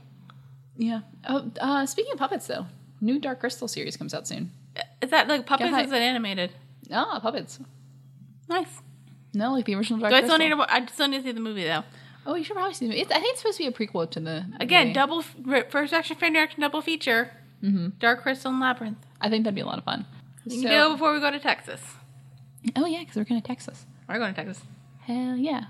Yeah. Oh, uh, speaking of puppets, though, new Dark Crystal series comes out soon.
Is that like puppets?
hi.
Is it animated?
Ah, puppets.
Nice.
No, like the original Dark
Do I
Crystal.
still need to? wa- I still need to see the movie though.
oh, you should probably see them. It's, I think it's supposed to be a prequel to the
Again,
movie.
double f- first action fan direction double feature. Dark Crystal and Labyrinth.
I think that'd be a lot of fun.
You can
Mm-hmm. So-
go before we go to Texas.
Oh yeah, because we're going to Texas.
We're going to Texas.
Hell yeah.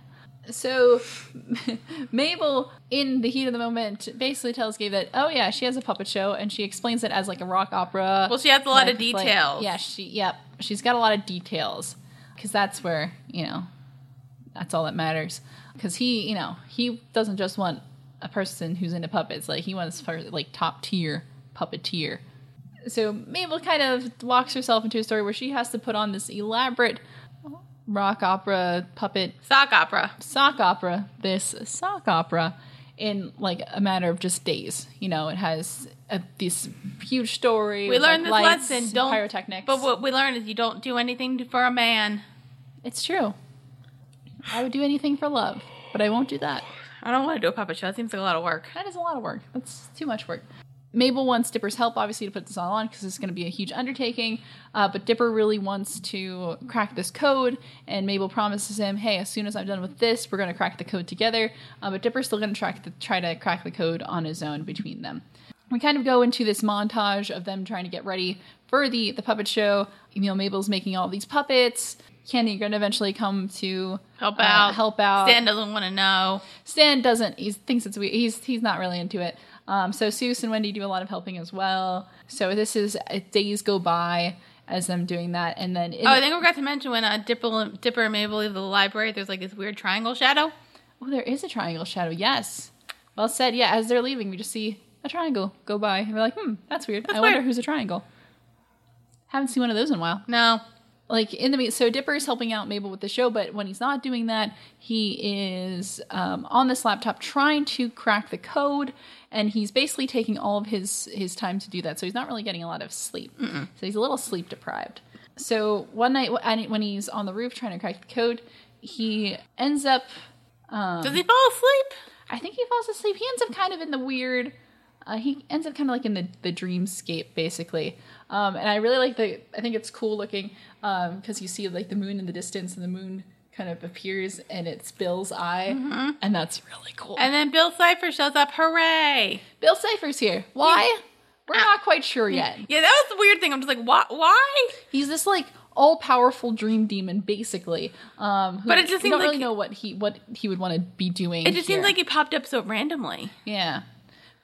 So *laughs* Mabel, in the heat of the moment, basically tells Gabe that oh yeah, she has a puppet show, and she explains it as like a rock opera.
Well, she has a lot of
Like- like-
details.
yeah, she yep, she's got a lot of details because that's where you know, that's all that matters. Because he, you know, he doesn't just want a person who's into puppets. Like he wants for like top tier puppeteer. So Mabel kind of locks herself into a story where she has to put on this elaborate rock opera puppet
Sock opera.
sock opera, this sock opera, in like a matter of just days. You know, it has a, this huge story.
We
with,
learned
like,
this
lights,
lesson. Don't
pyrotechnics.
But what we learned is you don't do anything for a man.
it's true. I would do anything for love, but I won't do that.
I don't want to do a puppet show. That seems like a lot of work.
That is a lot of work. That's too much work. Mabel wants Dipper's help, obviously, to put this all on because it's going to be a huge undertaking. Uh, but Dipper really wants to crack this code, and Mabel promises him, "Hey, as soon as I'm done with this, we're going to crack the code together." Uh, but Dipper's still going to track the, try to crack the code on his own between them. We kind of go into this montage of them trying to get ready for the the puppet show. You know, Mabel's making all these puppets. Candy going to eventually come to
Help
uh,
out.
help out.
Stan doesn't want to know.
Stan doesn't. He thinks it's weird. He's he's not really into it. Um, so Seuss and Wendy do a lot of helping as well. So this is uh, days go by as them doing that, and then in,
Oh, I think we forgot to mention when uh, Dipper, Dipper and Mabel leave the library, there's like this weird triangle shadow.
oh, there is a triangle shadow. Yes, well said. Yeah, as they're leaving, we just see a triangle go by, and we're like, hmm, that's weird. I wonder
weird.
who's a triangle. Haven't seen one of those in a while.
No.
like in the me- so Dipper's helping out Mabel with the show, but when he's not doing that, he is um, on this laptop trying to crack the code, and he's basically taking all of his his time to do that. So he's not really getting a lot of sleep. So he's a little sleep deprived. So one night wh- and when he's on the roof trying to crack the code, he ends up.
Does he fall asleep?
I think he falls asleep. He ends up kind of in the weird. Uh, he ends up kind of like in the, the dreamscape, basically. Um, and I really like the. I think it's cool looking because you see like the moon in the distance, and the moon kind of appears, and it's Bill's eye, and that's really cool. And
Mm-hmm. And then Bill Cipher shows up. Hooray!
Bill Cipher's here. Why? We're not quite sure yet.
Ah. Yeah, that was the weird thing. I'm just like, why? why?
He's this like all powerful dream demon, basically. Um, who,
But it just
we
seems
don't
like-
really know what he what he would want to be doing.
It just
here.
seems like he popped up so randomly.
Yeah.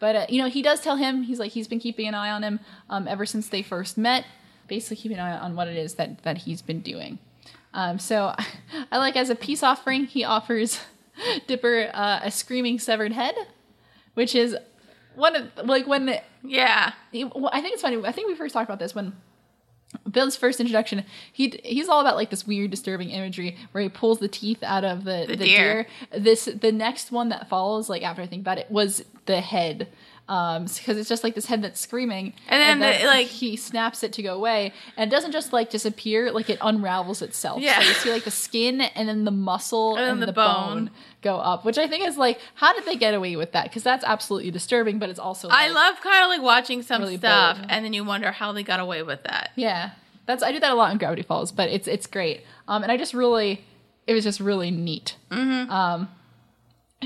But, uh, you know, he does tell him, he's like, he's been keeping an eye on him um, ever since they first met, basically keeping an eye on what it is that, that he's been doing. Um, so *laughs* I like, as a peace offering, he offers *laughs* Dipper uh, a screaming severed head, which is one of, like, when the,
Yeah.
he- well, I think it's funny. I think we first talked about this when Bill's first introduction. He he's all about like this weird, disturbing imagery where he pulls the teeth out of the, the,
deer.
deer. This the next one that follows. Like after I think about it, was the head. Um, because it's just like this head that's screaming,
And then the- like-
he snaps it to go away, and it doesn't just like disappear; like it unravels itself.
Yeah.
so you see like the skin and then the muscle
And
and,
then the
the,
bone.
bone. go up, which I think is like, how did they get away with that? Because that's absolutely disturbing, but it's also
I
like,
love kind of like watching some
Really
stuff
bold.
and then you wonder how they got away with that.
Yeah, that's I do that a lot in Gravity Falls, but it's it's great. Um, and I just really, it was just really neat. Um,
Mm-hmm.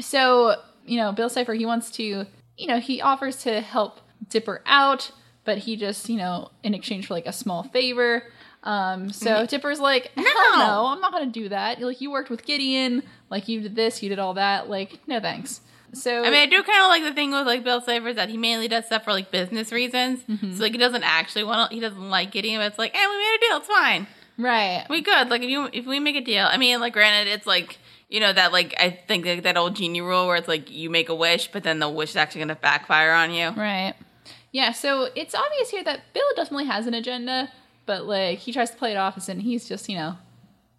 so you know, Bill Cipher he wants to, you know, he offers to help Dipper out, but he just you know, in exchange for like a small favor. Um,
Mm-hmm.
so Dipper's like, no, no, I'm not gonna do that. Like you worked with Gideon, like you did this, you did all that. Like no thanks. So
I mean, I do kind of like the thing with like Bill Cipher is that he mainly does stuff for like business reasons. So like he doesn't actually want to, he doesn't like getting it. But it's like, hey, we made a deal. It's fine.
right,
We good. Like if you if we make a deal, I mean, like granted, it's like you know that like I think like, that old genie rule where it's like you make a wish, but then the wish is actually going to backfire on you.
Right. Yeah, so it's obvious here that Bill definitely has an agenda, but like he tries to play it off as and he's just, you know,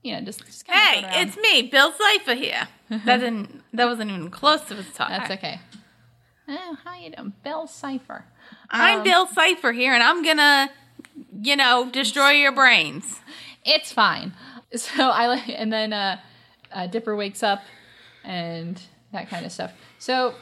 you know, just, just kind
Hey, it's me, Bill Cipher
*laughs*
here. That didn't. That wasn't even close to his talk.
That's okay. Oh, how you doing? Bill Cipher.
I'm Bill Cipher here, and I'm gonna, you know, destroy your brains.
It's fine. *laughs* So I like, and then uh, uh, Dipper wakes up, and that kind of stuff. So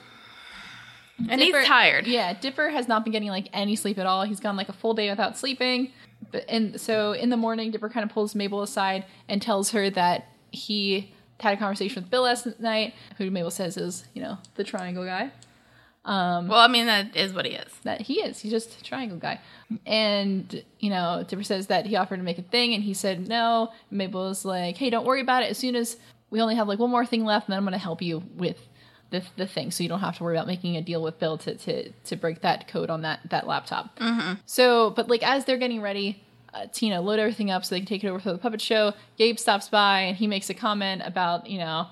And
Dipper-
he's tired.
Yeah, Dipper has not been getting like any sleep at all. He's gone like a full day without sleeping. But and so in the morning, Dipper kind of pulls Mabel aside and tells her that he had a conversation with Bill last night, who Mabel says is you know the triangle guy.
Well, I mean that is what he is.
That he is. He's just a triangle guy. And, you know, Dipper says that he offered to make a thing and he said no. Mabel's like, hey, don't worry about it. As soon as we only have like one more thing left, and then I'm going to help you with the, the thing. So you don't have to worry about making a deal with Bill to, to, to break that code on that, that laptop.
Mm-hmm.
So, but like as they're getting ready, uh, Tina load everything up so they can take it over to the puppet show. Gabe stops by and he makes a comment about, you know,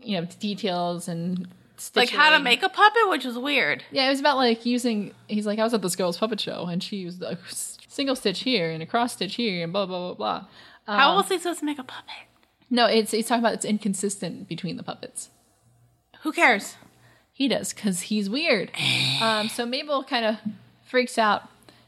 you know, details and
Like how to
stitching.
make a puppet, which was weird.
Yeah, it was about like using. He's like, I was at this girl's puppet show, and she used a single stitch here and a cross stitch here, and blah blah blah blah.
How
Um,
else are you supposed to make a puppet?
No, it's it's talking about it's inconsistent between the puppets.
Who cares?
He does because he's weird. Um, so Mabel kind of freaks out,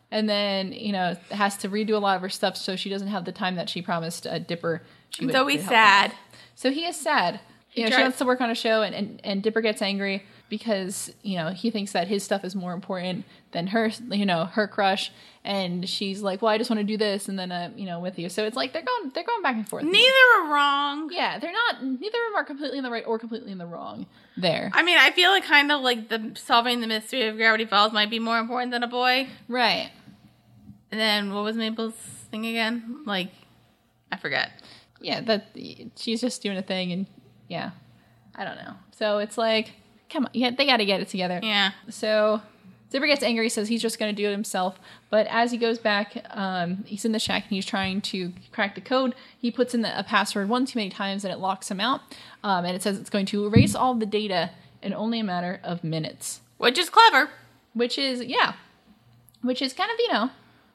and then you know has to redo a lot of her stuff, so she doesn't have the time that she promised uh, Dipper. She would-
So he's
would help him.
sad.
So he is sad. You know, she
tried-
wants to work on a show, and, and, and Dipper gets angry because you know he thinks that his stuff is more important than her. You know, her crush, and she's like, "Well, I just want to do this," and then uh, you know, with you. So it's like they're going they're going back and forth.
Neither are wrong.
yeah, they're not. Neither of them are completely in the right or completely in the wrong. There,
I mean, I feel like kind of like the solving the mystery of Gravity Falls might be more important than a boy.
right?
And then what was Mabel's thing again? Like, I forget.
Yeah, that she's just doing a thing, and yeah, I don't know. So it's like, come on, yeah, they got to get it together.
Yeah.
So Zipper gets angry, says he's just going to do it himself. But as he goes back, um, he's in the shack and he's trying to crack the code. He puts in the, a password one too many times and it locks him out. Um, and it says it's going to erase all the data in only a matter of minutes,
Which is clever.
which is, yeah, which is kind of, you know,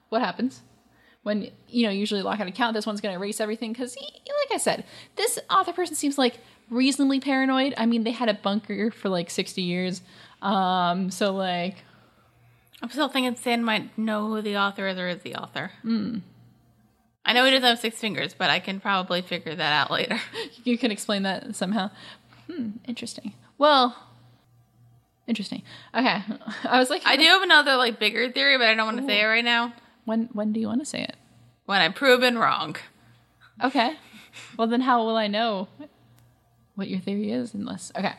what happens. When you know, usually lock out an account, this one's going to erase everything because, like I said, this author person seems like reasonably paranoid. I mean, they had a bunker for like sixty years, um, so like
I'm still thinking Stan might know who the author is or is the author. Hmm. I know he doesn't have six fingers, but I can probably figure that out later. *laughs*
you can explain that somehow. Hmm, interesting. Well, interesting. Okay, *laughs* I was like,
I do have another like bigger theory, but I don't want to say it right now.
when when do you want to say it?
When I'm proven wrong.
Okay. Well, then how will I know what your theory is unless okay,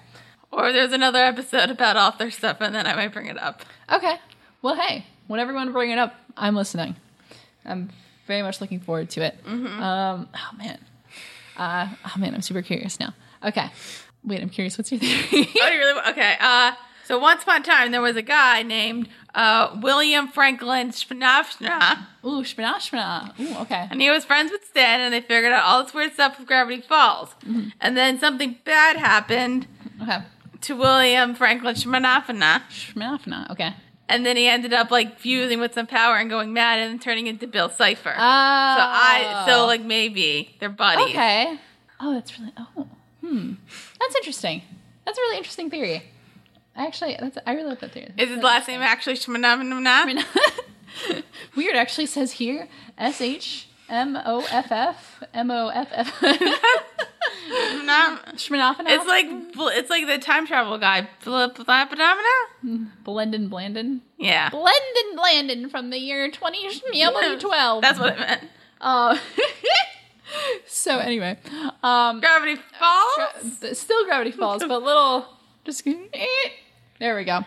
Or there's another episode about author stuff and then I might bring it up.
okay. Well, hey, whenever you want to bring it up, I'm listening. I'm very much looking forward to it.
Mm-hmm.
Um, oh man, uh, oh man, I'm super curious now. Okay, wait, I'm curious. What's
*laughs*
your theory?
Oh, you really? wa- Okay. Uh, so once upon a time, there was a guy named uh, William Franklin Spanafna,
Ooh, shmina, shmina. Ooh, okay.
and he was friends with Stan, and they figured out all this weird stuff with Gravity Falls.
Mm-hmm.
And then something bad happened
Okay.
to William Franklin Spanafna,
Shmina, shmina. Okay.
and then he ended up like fusing with some power and going mad and turning into Bill Cipher.
Oh.
so I, so like maybe they're buddies.
Okay. Oh, that's really. Oh, hmm. That's interesting. That's a really interesting theory. I actually, that's I really like that theory.
Is his last name actually Spanafna?
*laughs* Weird actually says here S H M O F F M O F F. Shminoffinoff?
It's like bl- it's like the time travel guy, Bl- bl- blah, blah, blah.
Blendon Blandon.
Yeah,
Blendon Blandon from the year 20 12.
that's what it meant.
Uh, *laughs* so, anyway. Um,
Gravity Falls.
Gra- still gravity falls, but little just eh. there we go.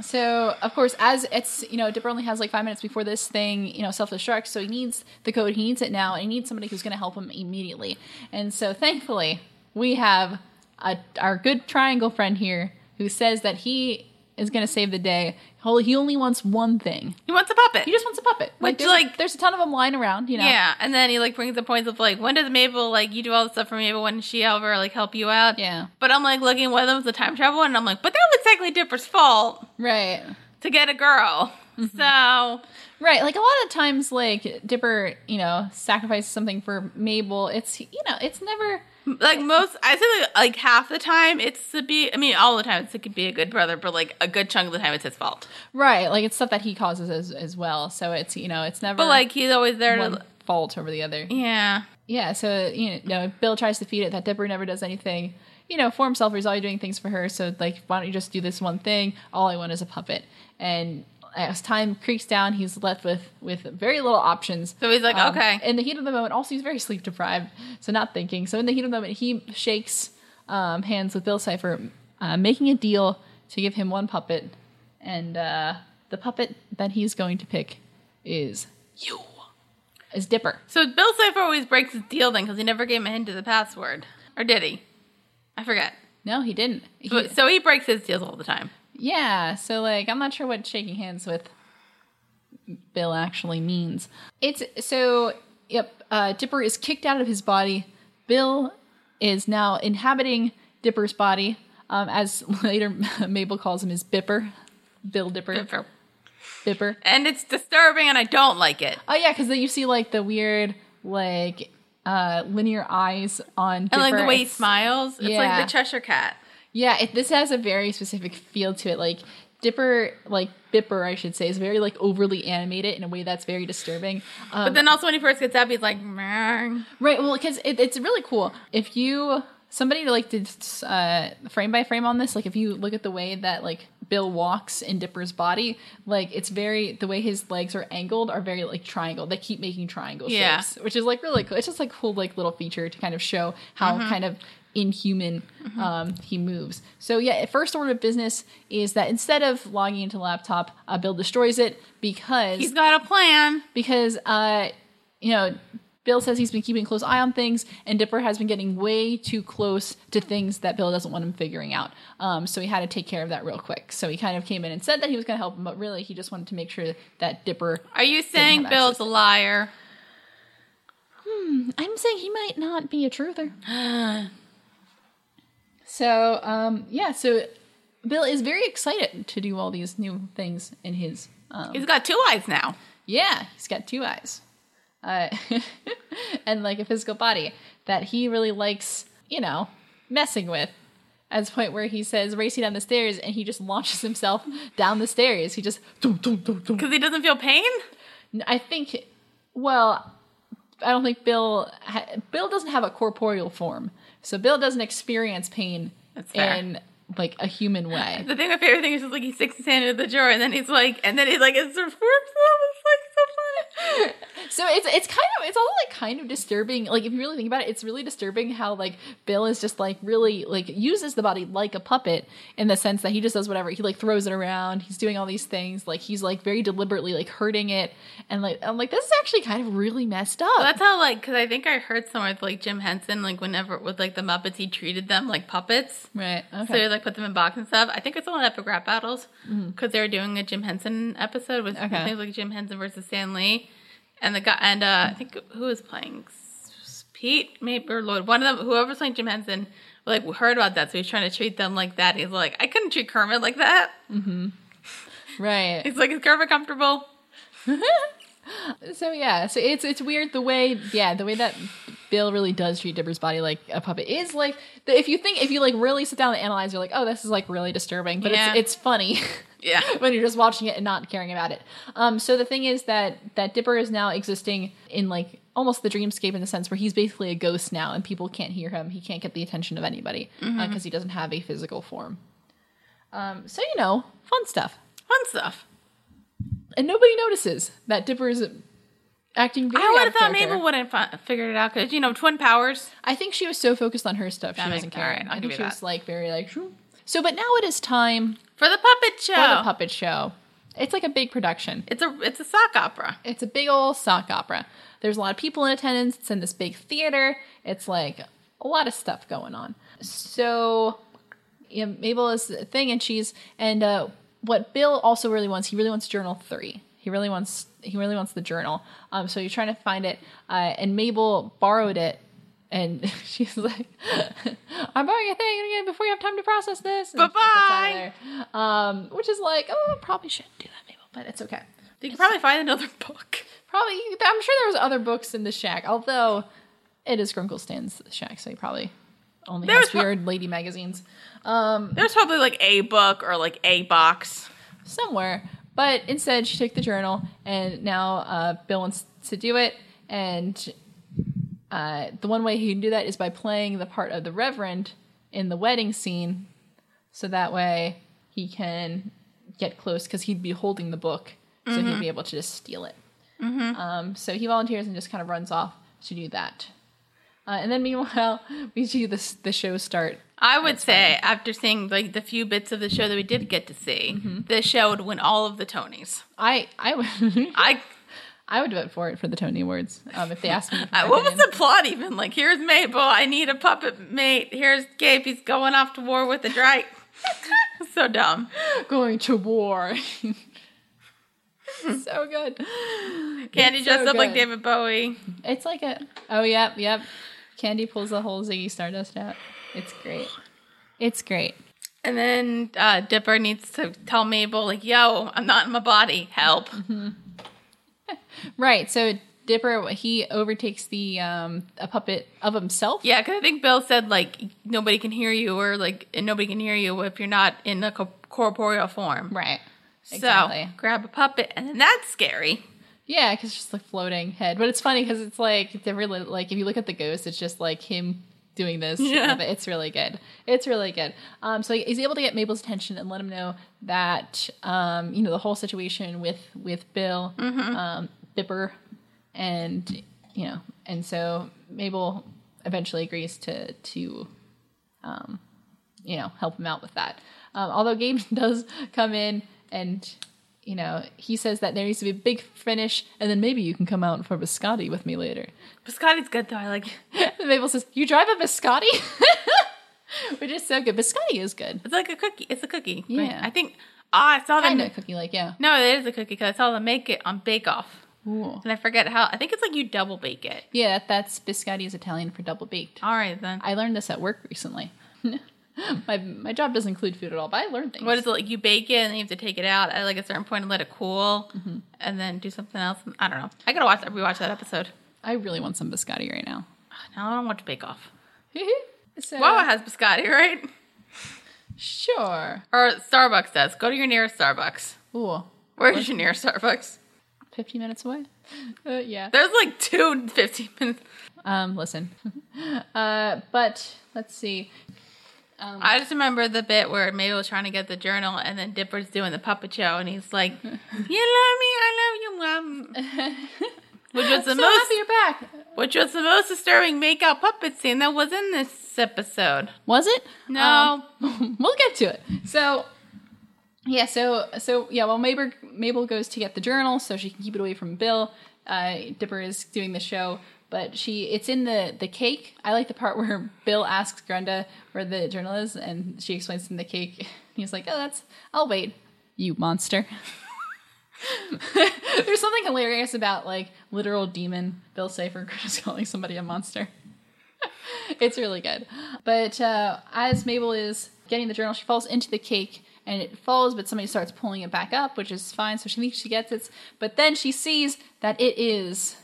So of course, as it's you know, Dipper only has like five minutes before this thing you know self destructs, so he needs the code. He needs it now, and he needs somebody who's going to help him immediately. And so thankfully, we have a, our good triangle friend here who says that he is going to save the day. Hol- He only wants one thing.
He wants a puppet.
He just wants a puppet.
Which,
there's,
like-
a, there's a ton of them lying around. You know.
yeah, and then he like brings the points of like, when does Mabel like you do all the stuff for Mabel? When does she ever like help you out?
Yeah.
But I'm like looking one of them's the time travel, and I'm like, but that was technically Dipper's fault
Right.
to get a girl.
Mm-hmm.
So
Right. Like a lot of times, like Dipper, you know, sacrifices something for Mabel. It's, you know, it's never.
like most i say like, like half the time it's to be i mean all the time it's it could be a good brother but like a good chunk of the time it's his fault
Right. Like it's stuff that he causes as, as well. So it's, you know, it's never.
but like he's always there
one
to
fault over the other.
yeah
Yeah. So, you know, Bill tries to feed it that Dipper never does anything. You know, for himself, he's always doing things for her. So, like, why don't you just do this one thing? All I want is a puppet. And as time creeps down, he's left with with very little options.
so he's like
Um,
okay
In the heat of the moment, also he's very sleep deprived, so not thinking. So in the heat of the moment, he shakes um, hands with Bill Cipher, uh, making a deal to give him one puppet, and uh, the puppet that he's going to pick is you, is Dipper.
so bill cipher always breaks his deal then because he never gave him a hint of the password or did he i forget
No, he didn't. He-
But- so he breaks his deals all the time
yeah, so like I'm not sure what shaking hands with Bill actually means. It's so yep. Uh, Dipper is kicked out of his body. Bill is now inhabiting Dipper's body, um, as *laughs* later Mabel calls him his Bipper, Bill Dipper, Bipper.
and it's disturbing and i don't like it
Oh yeah, because then you see like the weird like uh, linear eyes on
and like the
Dipper.
way he
It's-
smiles it's
Yeah.
like the cheshire cat
Yeah, it, this has a very specific feel to it. Like Dipper, like Bipper, I should say, is very like overly animated in a way that's very disturbing. Um,
but then also when he first gets up he's like "Meow."
right, well, because it, it's really cool if you somebody like did uh, frame by frame on this. Like if you look at the way that like Bill walks in Dipper's body, like it's very the way his legs are angled are very like triangle. They keep making triangle
Yeah.
shapes, which is like really cool. It's just like cool like little feature to kind of show how
Mm-hmm.
kind of inhuman um, he moves. So yeah, first order of business is that instead of logging into the laptop, uh, Bill destroys it because
he's got a plan
because uh, you know Bill says he's been keeping a close eye on things, and Dipper has been getting way too close to things that Bill doesn't want him figuring out. Um, so he had to take care of that real quick. So he kind of came in and said that he was going to help him, but really he just wanted to make sure that Dipper.
are you saying
have
bill's
access.
a *gasps* liar
I'm saying he might not be a truther. so um, yeah, so Bill is very excited to do all these new things in his um,
he's got two eyes now
Yeah, he's got two eyes. Uh, *laughs* and like a physical body that he really likes, you know, messing with. At the point where he says racing down the stairs and he just launches himself down the stairs. He just dum, dum, dum, dum.
Because he doesn't feel pain?
I think well, I don't think Bill ha- Bill doesn't have a corporeal form. So Bill doesn't experience pain
That's fair.
in like a human way.
The thing, my favorite thing is just like he sticks his hand into the drawer and then he's like, and then he's like, it's a fork. It's like so funny.
So it's it's kind of it's all like kind of disturbing. Like if you really think about it, it's really disturbing how like Bill is just like really like uses the body like a puppet in the sense that he just does whatever. He like throws it around. He's doing all these things. Like he's like very deliberately like hurting it. And like I'm like this is actually kind of really messed up.
That's how like, because I think I heard somewhere with like Jim Henson, like whenever with like the Muppets, he treated them like puppets.
right.
So
Okay.
he like put them in box and stuff. I think it's all in Epic Rap Battles because they were doing a Jim Henson episode with
Okay.
I think like Jim Henson versus Stan Lee, and the guy and uh, I think who was playing S- Pete maybe or Lloyd. One of them, whoever's playing Jim Henson, like heard about that, so he's trying to treat them like that. He's like, I couldn't treat Kermit like that.
right.
He's like, is Kermit comfortable?
So yeah. So it's it's weird the way yeah the way that. Bill really does treat Dipper's body like a puppet. It Is like the, if you think if you like really sit down and analyze, you're like, oh, this is like really disturbing, but
Yeah.
it's it's funny. *laughs*
Yeah.
when you're just watching it and not caring about it. Um, so the thing is that that Dipper is now existing in like almost the dreamscape in the sense where he's basically a ghost now, and people can't hear him. He can't get the attention of anybody because
Mm-hmm.
he doesn't have a physical form. Um, so you know, fun stuff,
Fun stuff.
and nobody notices that Dipper is acting very.
I would
out
have
of
thought
character.
Mabel would have fi- figured it out because, you know, twin powers.
I think she was so focused on her stuff she
That
wasn't
makes- all right,
caring.
I'll
I
give
think
you
she
that.
was like very like. shoo. So, but now it is time
For the puppet show.
for the puppet show. It's like a big production.
it's a it's a sock opera.
It's a big old sock opera. There's a lot of people in attendance. It's in this big theater. It's like a lot of stuff going on. So, yeah, Mabel is the thing, and she's and uh, what Bill also really wants. He really wants Journal Three. He really wants he really wants the journal. Um, so you're trying to find it, uh, and Mabel borrowed it. And *laughs* she's like, "I'm borrowing a thing again before you have time to process this." And she gets out of
Bye-bye.
there. Um, which is like, oh, probably shouldn't do that, Mabel. but it's okay.
They could probably find another *laughs* book.
Probably, I'm sure there was other books in the shack. Although, it is Grinklestan's shack, so he probably only
There's
has
pro-
weird lady magazines um,
There's probably like a book or like a box.
somewhere. But instead, she took the journal, and now uh, Bill wants to do it. And uh, the one way he can do that is by playing the part of the reverend in the wedding scene, so that way he can get close because he'd be holding the book, so
Mm-hmm.
he'd be able to just steal it. Um, so he volunteers and just kind of runs off to do that. Uh, and then meanwhile, *laughs* we see this the show start.
I would say after seeing like the few bits of the show that we did get to see, this show would win all of the Tonys.
I I would *laughs*
I,
I would vote for it for the Tony Awards um, if they
*laughs*
asked me. For my
I Uh, what was
opinion.
the plot even? Like here's Mabel, I need a puppet mate. Here's Gabe, he's going off to war with the Drake. *laughs* so dumb.
*laughs* going to war? *laughs* so good.
Candy
It's so
dressed up like
good.
David Bowie.
It's like a oh yep yep. Candy pulls the whole Ziggy Stardust out. It's great. It's great.
And then uh, Dipper needs to tell Mabel, like, yo, I'm not in my body. Help.
Right. So Dipper he overtakes the um a puppet of himself.
Yeah, because I think Bill said, like, nobody can hear you, or like, and nobody can hear you if you're not in a co- corporeal form.
Right.
So grab a puppet, and then that's scary.
Yeah, because it's just like floating head. But it's funny because it's like they're really like if you look at the ghost, it's just like him doing this.
Yeah.
But It's really good. It's really good. Um, so he's able to get Mabel's attention and let him know that um, you know the whole situation with with Bill, um, Bipper, and you know, and so Mabel eventually agrees to to um, you know, help him out with that. Um, although Gabe *laughs* does come in and, you know, he says that there needs to be a big finish and then maybe you can come out for biscotti with me later. *laughs*
Biscotti's good, though. I like it.
And Mabel says, You drive a biscotti? *laughs* Which is so good. Biscotti is good.
It's like a cookie. It's a cookie. right?
Yeah.
I think, ah, I saw
Kind
them.
of cookie like, yeah.
No, it is a cookie because I saw them make it on Bake Off.
Ooh.
And I forget how. I think it's like you double bake it.
Yeah, that, that's biscotti is Italian for double baked.
All right, then.
I learned this at work recently. *laughs* my my job doesn't include food at all, but I learned things.
What is it like? You bake it and then you have to take it out at like a certain point and let it cool, and then do something else. I don't know. I gotta watch rewatch that episode.
I really want some biscotti right now. *laughs*
Now I don't watch Bake Off. *laughs*
so,
Wawa has biscotti, right?
sure.
Or Starbucks does. Go to your nearest Starbucks.
Ooh,
Where's your nearest Starbucks?
15 minutes away? *laughs* Uh, yeah.
There's like two 15 minutes.
Um, listen. *laughs* uh, but let's see.
I just remember the bit where Mabel was trying to get the journal, and then Dipper's doing the puppet show, and he's
*laughs*
like, "You love me, I love you, mom." Which was the
so
most,
happy you're back.
which was the most disturbing makeout puppet scene that was in this episode.
Was it?
No.
Um, we'll get to it. So, yeah. So, so yeah. Well, Mabel Mabel goes to get the journal so she can keep it away from Bill. Uh, Dipper is doing the show, but she it's in the the cake. I like the part *laughs* where Bill asks Grenda where the journal is, and she explains to him the cake. *laughs* He's like, "Oh, that's. I'll wait." You monster. *laughs* There's something hilarious about like literal demon Bill Safer *laughs* just calling somebody a monster. *laughs* it's really good. But uh, as Mabel is getting the journal, she falls into the cake and it falls, but somebody starts pulling it back up, which is fine. So she thinks she gets it, but then she sees that it is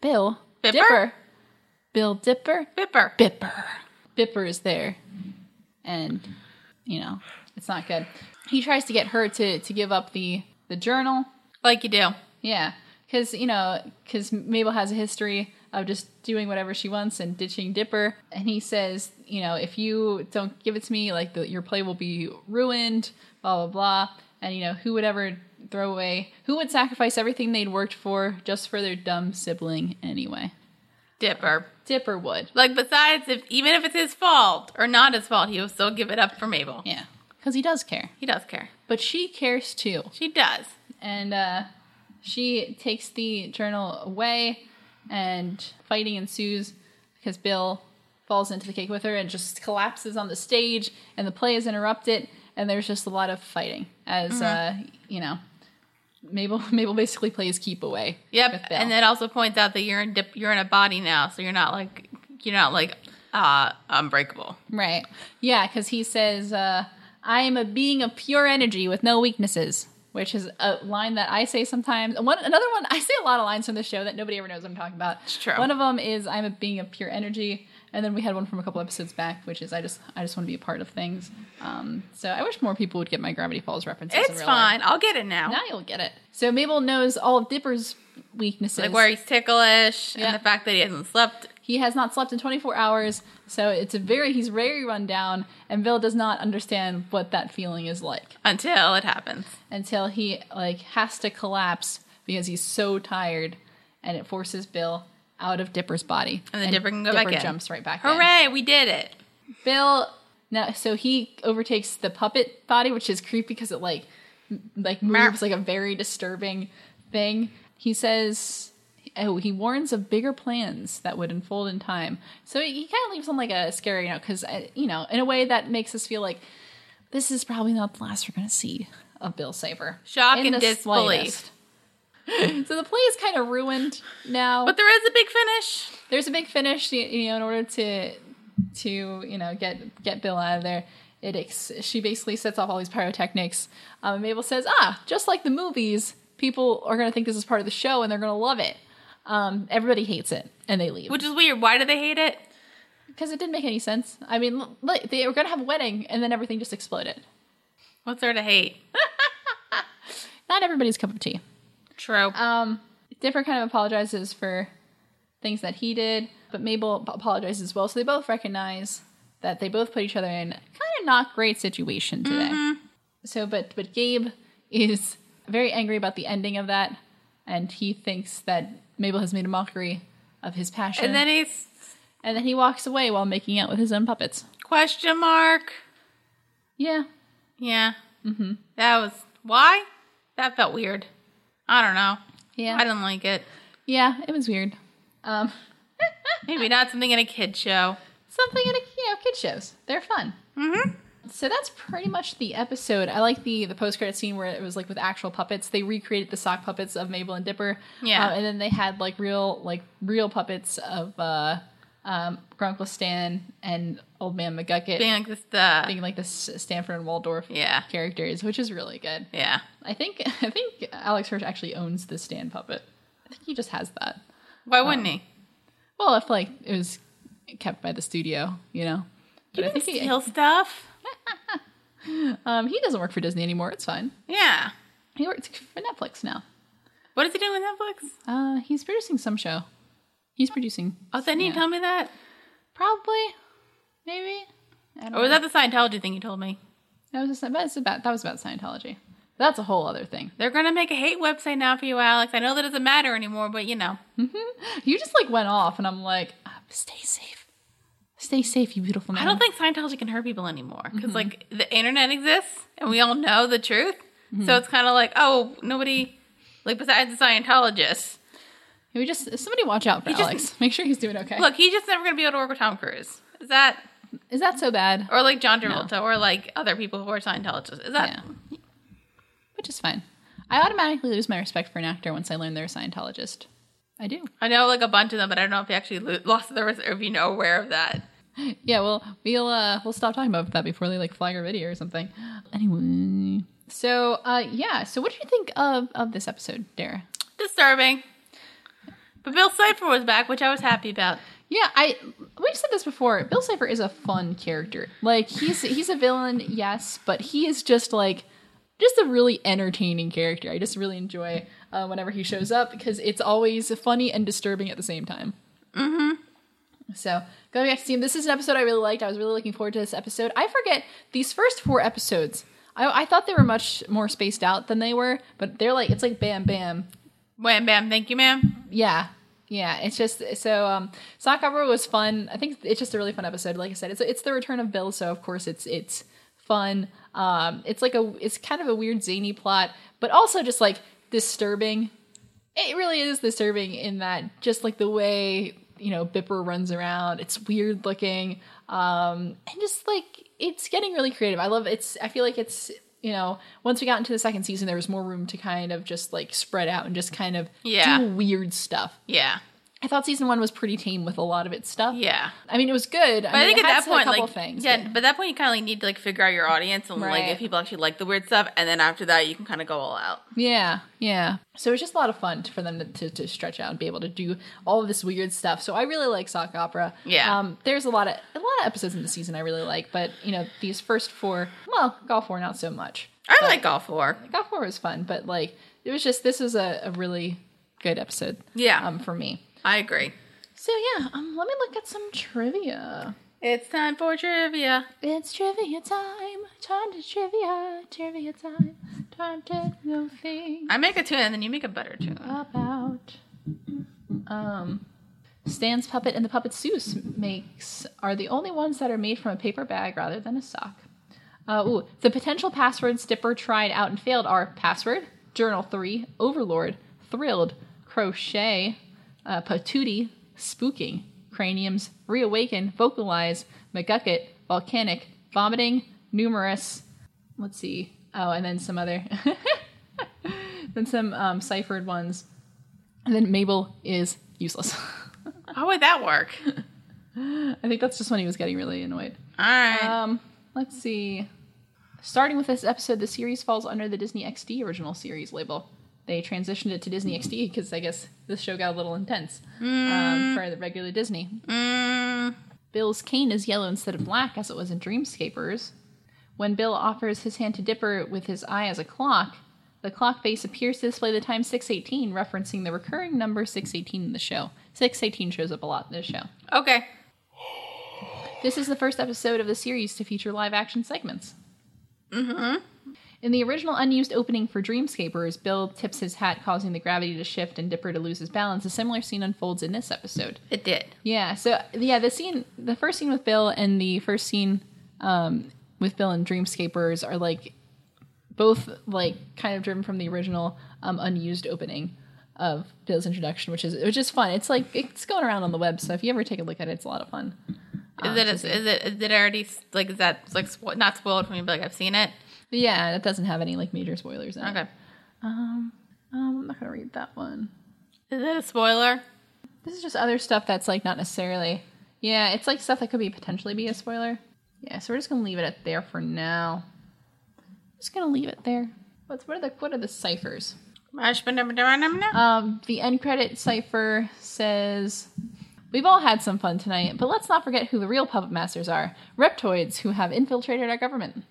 Bill
Bipper?
Dipper. Bill Dipper.
Bipper.
Bipper. Bipper is there. And, you know, it's not good. He tries to get her to, to give up the, the journal.
Like you do.
Yeah. Because, you know, because Mabel has a history of just doing whatever she wants and ditching Dipper. And he says, you know, if you don't give it to me, like, the, your play will be ruined, blah, blah, blah. And, you know, who would ever throw away, who would sacrifice everything they'd worked for just for their dumb sibling anyway?
Dipper.
Dipper would.
Like besides if even if it's his fault or not his fault, he will still give it up for Mabel.
Yeah. Because he does care.
He does care.
But she cares too.
She does.
And uh, she takes the journal away, and fighting ensues because Bill falls into the cake with her and just collapses on the stage, and the play is interrupted, and there's just a lot of fighting as,
Mm-hmm.
uh, you know. Mabel, *laughs* Mabel basically plays keep away.
Yep.
with Bill.
And that also points out that you're in dip, you're in a body now, so you're not like you're not like uh unbreakable.
Right. Yeah, because he says, uh, I am a being of pure energy with no weaknesses. which is a line that I say sometimes. And one another one I say a lot of lines from this show that nobody ever knows what I'm talking about.
It's true.
One of them is I'm a being of pure energy, and then we had one from a couple episodes back, which is I just I just want to be a part of things. Um, so I wish more people would get my Gravity Falls references. in
It's
real life.
fine. I'll get it now.
Now you'll get it. So Mabel knows all of Dipper's weaknesses.
Like where he's ticklish
Yeah.
and the fact that he hasn't slept.
He has not slept in 24 hours, so it's a very he's very run down, and Bill does not understand what that feeling is like
Until it happens.
until he like has to collapse because he's so tired, and it forces Bill out of Dipper's body,
And then Dipper can go back in.
jumps right back. in.
Hooray, we did it.
Bill now so he overtakes the puppet body, which is creepy because it like m- like moves like a very disturbing thing. He says oh he warns of bigger plans that would unfold in time. So he, he kind of leaves on like a scary note because you know in a way that makes us feel like this is probably not the last we're going to see of Bill Saber.
Shock
In
and
the
disbelief.
slightest. *laughs* so the play is kind of ruined now
But there is a big finish.
there's a big finish you- you know in order to to you know get get bill out of there it ex- she basically sets off all these pyrotechnics um, and mabel says ah just like the movies people are going to think this is part of the show and they're going to love it um, everybody hates it and they leave
Which is weird. Why do they hate it?
because it didn't make any sense i mean l- like, they were going to have a wedding and then everything just exploded
What's there to hate?
not everybody's cup of tea
True.
Um, Dipper kind of apologizes for things that he did, but Mabel ap- apologizes as well. So they both recognize that they both put each other in kind of not great situation today.
Mm-hmm.
So, but but Gabe is very angry about the ending of that, and he thinks that Mabel has made a mockery of his passion.
and then he's
and then he walks away while making out with his own puppets.
question mark.
Yeah,
Yeah. Mm-hmm. That was why? That felt weird. I don't know.
yeah,
I didn't like it.
yeah. It was weird. Um,
Maybe not something in a kid show.
something in a you know kid shows. They're fun.
Mm-hmm.
So that's pretty much the episode. I like the the post credit scene where it was like with actual puppets. They recreated the sock puppets of Mabel and Dipper.
Yeah.
Uh, and then they had like real like real puppets of uh um Grunkle Stan and Old Man McGucket
Being like this the
being like the S- Stanford and Waldorf
Yeah.
characters, which is really good.
Yeah.
I think *laughs* I think Alex Hirsch actually owns the Stan puppet. I think he just has that.
Why wouldn't he?
Well, if like it was kept by the studio, you know. But
You
I
can
think he
steal stuff.
um he doesn't work for Disney anymore. It's fine.
Yeah.
He works for Netflix now.
What is he doing with Netflix?
Uh, he's producing some show. He's producing
Oh, then you
Yeah.
tell me that.
probably, maybe. I don't
Or was that the Scientology thing you told me?
That was just, that's about that was about Scientology. That's a whole other thing.
They're gonna make a hate website now for you, Alex. I know that doesn't matter anymore, but you know.
You just like went off, and I'm like, uh, stay safe, stay safe, you beautiful man.
I don't think Scientology can hurt people anymore because
Mm-hmm.
like the internet exists and we all know the truth.
Mm-hmm.
So it's kind of like oh nobody like besides the Scientologists.
we just somebody watch out for
He just-
Alex. *laughs* Make sure he's doing okay.
Look, he's just never gonna be able to work with Tom Cruise. Is that
is that so bad?
or like John Travolta or like other people who are Scientologists? Is that
Yeah, which is fine. I automatically lose my respect for an actor once I learn they're a Scientologist. I do.
I know like a bunch of them, but I don't know if they actually lo- lost the rest or if you know aware of that.
Yeah, well, we'll uh, we'll stop talking about that before they like flag our video or something. Anyway, so uh, yeah, so what do you think of of this episode, Dara?
Disturbing. But Bill Cipher was back, which I was happy about.
Yeah, I we've said this before. Bill Cipher is a fun character. Like he's he's a villain, yes, but he is just like just a really entertaining character. I just really enjoy uh, whenever he shows up because it's always funny and disturbing at the same time. So going back to Steam, this is an episode I really liked. I was really looking forward to this episode. I forget these first four episodes. I, I thought they were much more spaced out than they were, but they're like it's like bam bam.
Wham bam, thank you, ma'am.
Yeah. Yeah, it's just so um sock opera was fun. I think it's just a really fun episode. Like I said, it's it's the return of Bill, so of course it's it's fun. Um it's like a it's kind of a weird zany plot, but also just like disturbing. It really is disturbing in that just like the way, you know, Bipper runs around, it's weird looking. Um and just like it's getting really creative. I love it's I feel like it's you know, once we got into the second season, there was more room to kind of just like spread out and just kind of
Yeah.
do weird stuff.
Yeah.
I thought season one was pretty tame with a lot of its stuff.
Yeah.
I mean, it was good.
But I, think at that point,
a couple
like,
things.
yeah,
but-
but at that point, you kind of like need to like figure out your audience and like
Right.
if people actually like the weird stuff, and then after that, you can kind of go all out.
Yeah, yeah. So it's just a lot of fun t- for them to, to, to stretch out and be able to do all of this weird stuff. So I really like sock opera.
Yeah.
Um, there's a lot of a lot of episodes in the season I really like, but you know these first four, well, golf four not so much.
I like all four.
Golf four was fun, but like it was just this is a, a really good episode.
Yeah.
Um, for me.
I agree.
So yeah, um, let me look at some trivia.
It's time for trivia.
It's trivia time. Time to trivia. Trivia time. Time to know things.
I make a tune, and then you make a better tune.
about um Stan's puppet and the puppet Seuss makes are the only ones that are made from a paper bag rather than a sock. Uh, ooh, the potential passwords Dipper tried out and failed are password, journal three, overlord, thrilled, crochet, uh, patootie, spooking, craniums, reawaken, vocalize, McGucket, volcanic, vomiting, numerous. Let's see. Oh, and then some other, *laughs* then some um, ciphered ones, and then Mabel is useless. *laughs*
How would that work? All
I think that's just when he was getting really annoyed.
right.
Um, let's see. Starting with this episode, the series falls under the Disney XD original series label. They transitioned it to Disney XD because I guess this show got a little intense um, for the regular Disney.
mm,
Bill's cane is yellow instead of black, as it was in Dreamscapers. When Bill offers his hand to Dipper with his eye as a clock, the clock face appears to display the time 618, referencing the recurring number 618 in the show. 618 shows up a lot in this show.
okay.
This is the first episode of the series to feature live action segments. In the original unused opening for Dreamscapers, Bill tips his hat, causing the gravity to shift and Dipper to lose his balance. A similar scene unfolds in this episode.
It did.
Yeah, so yeah, the scene, the first scene with Bill and the first scene um, with Bill and Dreamscapers are like both like kind of driven from the original um, unused opening of Bill's introduction, which is which is fun. It's like it's going around on the web, so if you ever take a look at it, it's a lot of fun.
Is it? Is it? Is it already like? Is that like spo- not spoiled for me? But like I've seen it.
But yeah, it doesn't have any like major spoilers in it.
Okay.
Um, I'm not gonna read that one.
Is it a spoiler?
This is just other stuff that's like not necessarily. Yeah, it's like stuff that could be potentially be a spoiler. Yeah, so we're just gonna leave it at there for now. Just gonna leave it there. What's what are the what are the ciphers? Um, the end credit cipher says, "We've all had some fun tonight, but let's not forget who the real puppet masters are: reptoids who have infiltrated our government."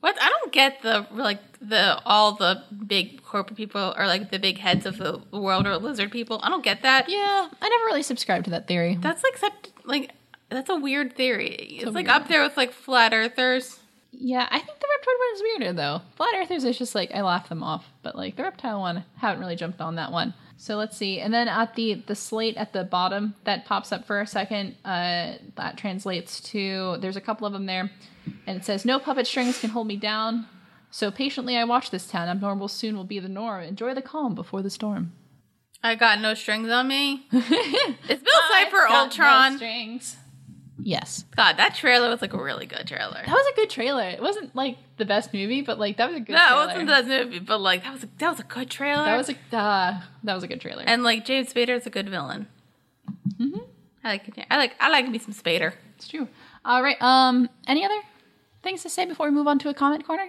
What? I don't get the like the all the big corporate people or like the big heads of the world or lizard people. I don't get that.
Yeah, I never really subscribed to that theory.
That's like such like that's a weird theory. It's,
a
like
weird
up there with like flat earthers.
Yeah, I think the reptoid one is weirder though. Flat earthers is just like I laugh them off, but like the reptile one, haven't really jumped on that one. So let's see. And then at the the slate at the bottom that pops up for a second, uh, that translates to there's a couple of them there, and it says no puppet strings can hold me down. So patiently I watch this town. Abnormal soon will be the norm. Enjoy the calm before the storm.
I got no strings on
*laughs*
me. It's Bill
I've
Cipher
got no
Ultron.
strings. Yes.
God, that trailer was like a really good trailer.
That was a good trailer. It wasn't like the best movie, but like that was a good
No,
trailer.
it wasn't that movie, but like that was a, that was a good trailer.
That was a uh, that was a good trailer.
and like James Spader is a good villain.
Mhm.
I like I like I like me some Spader.
it's true. All right. Um. Any other things to say before we move on to a comment corner?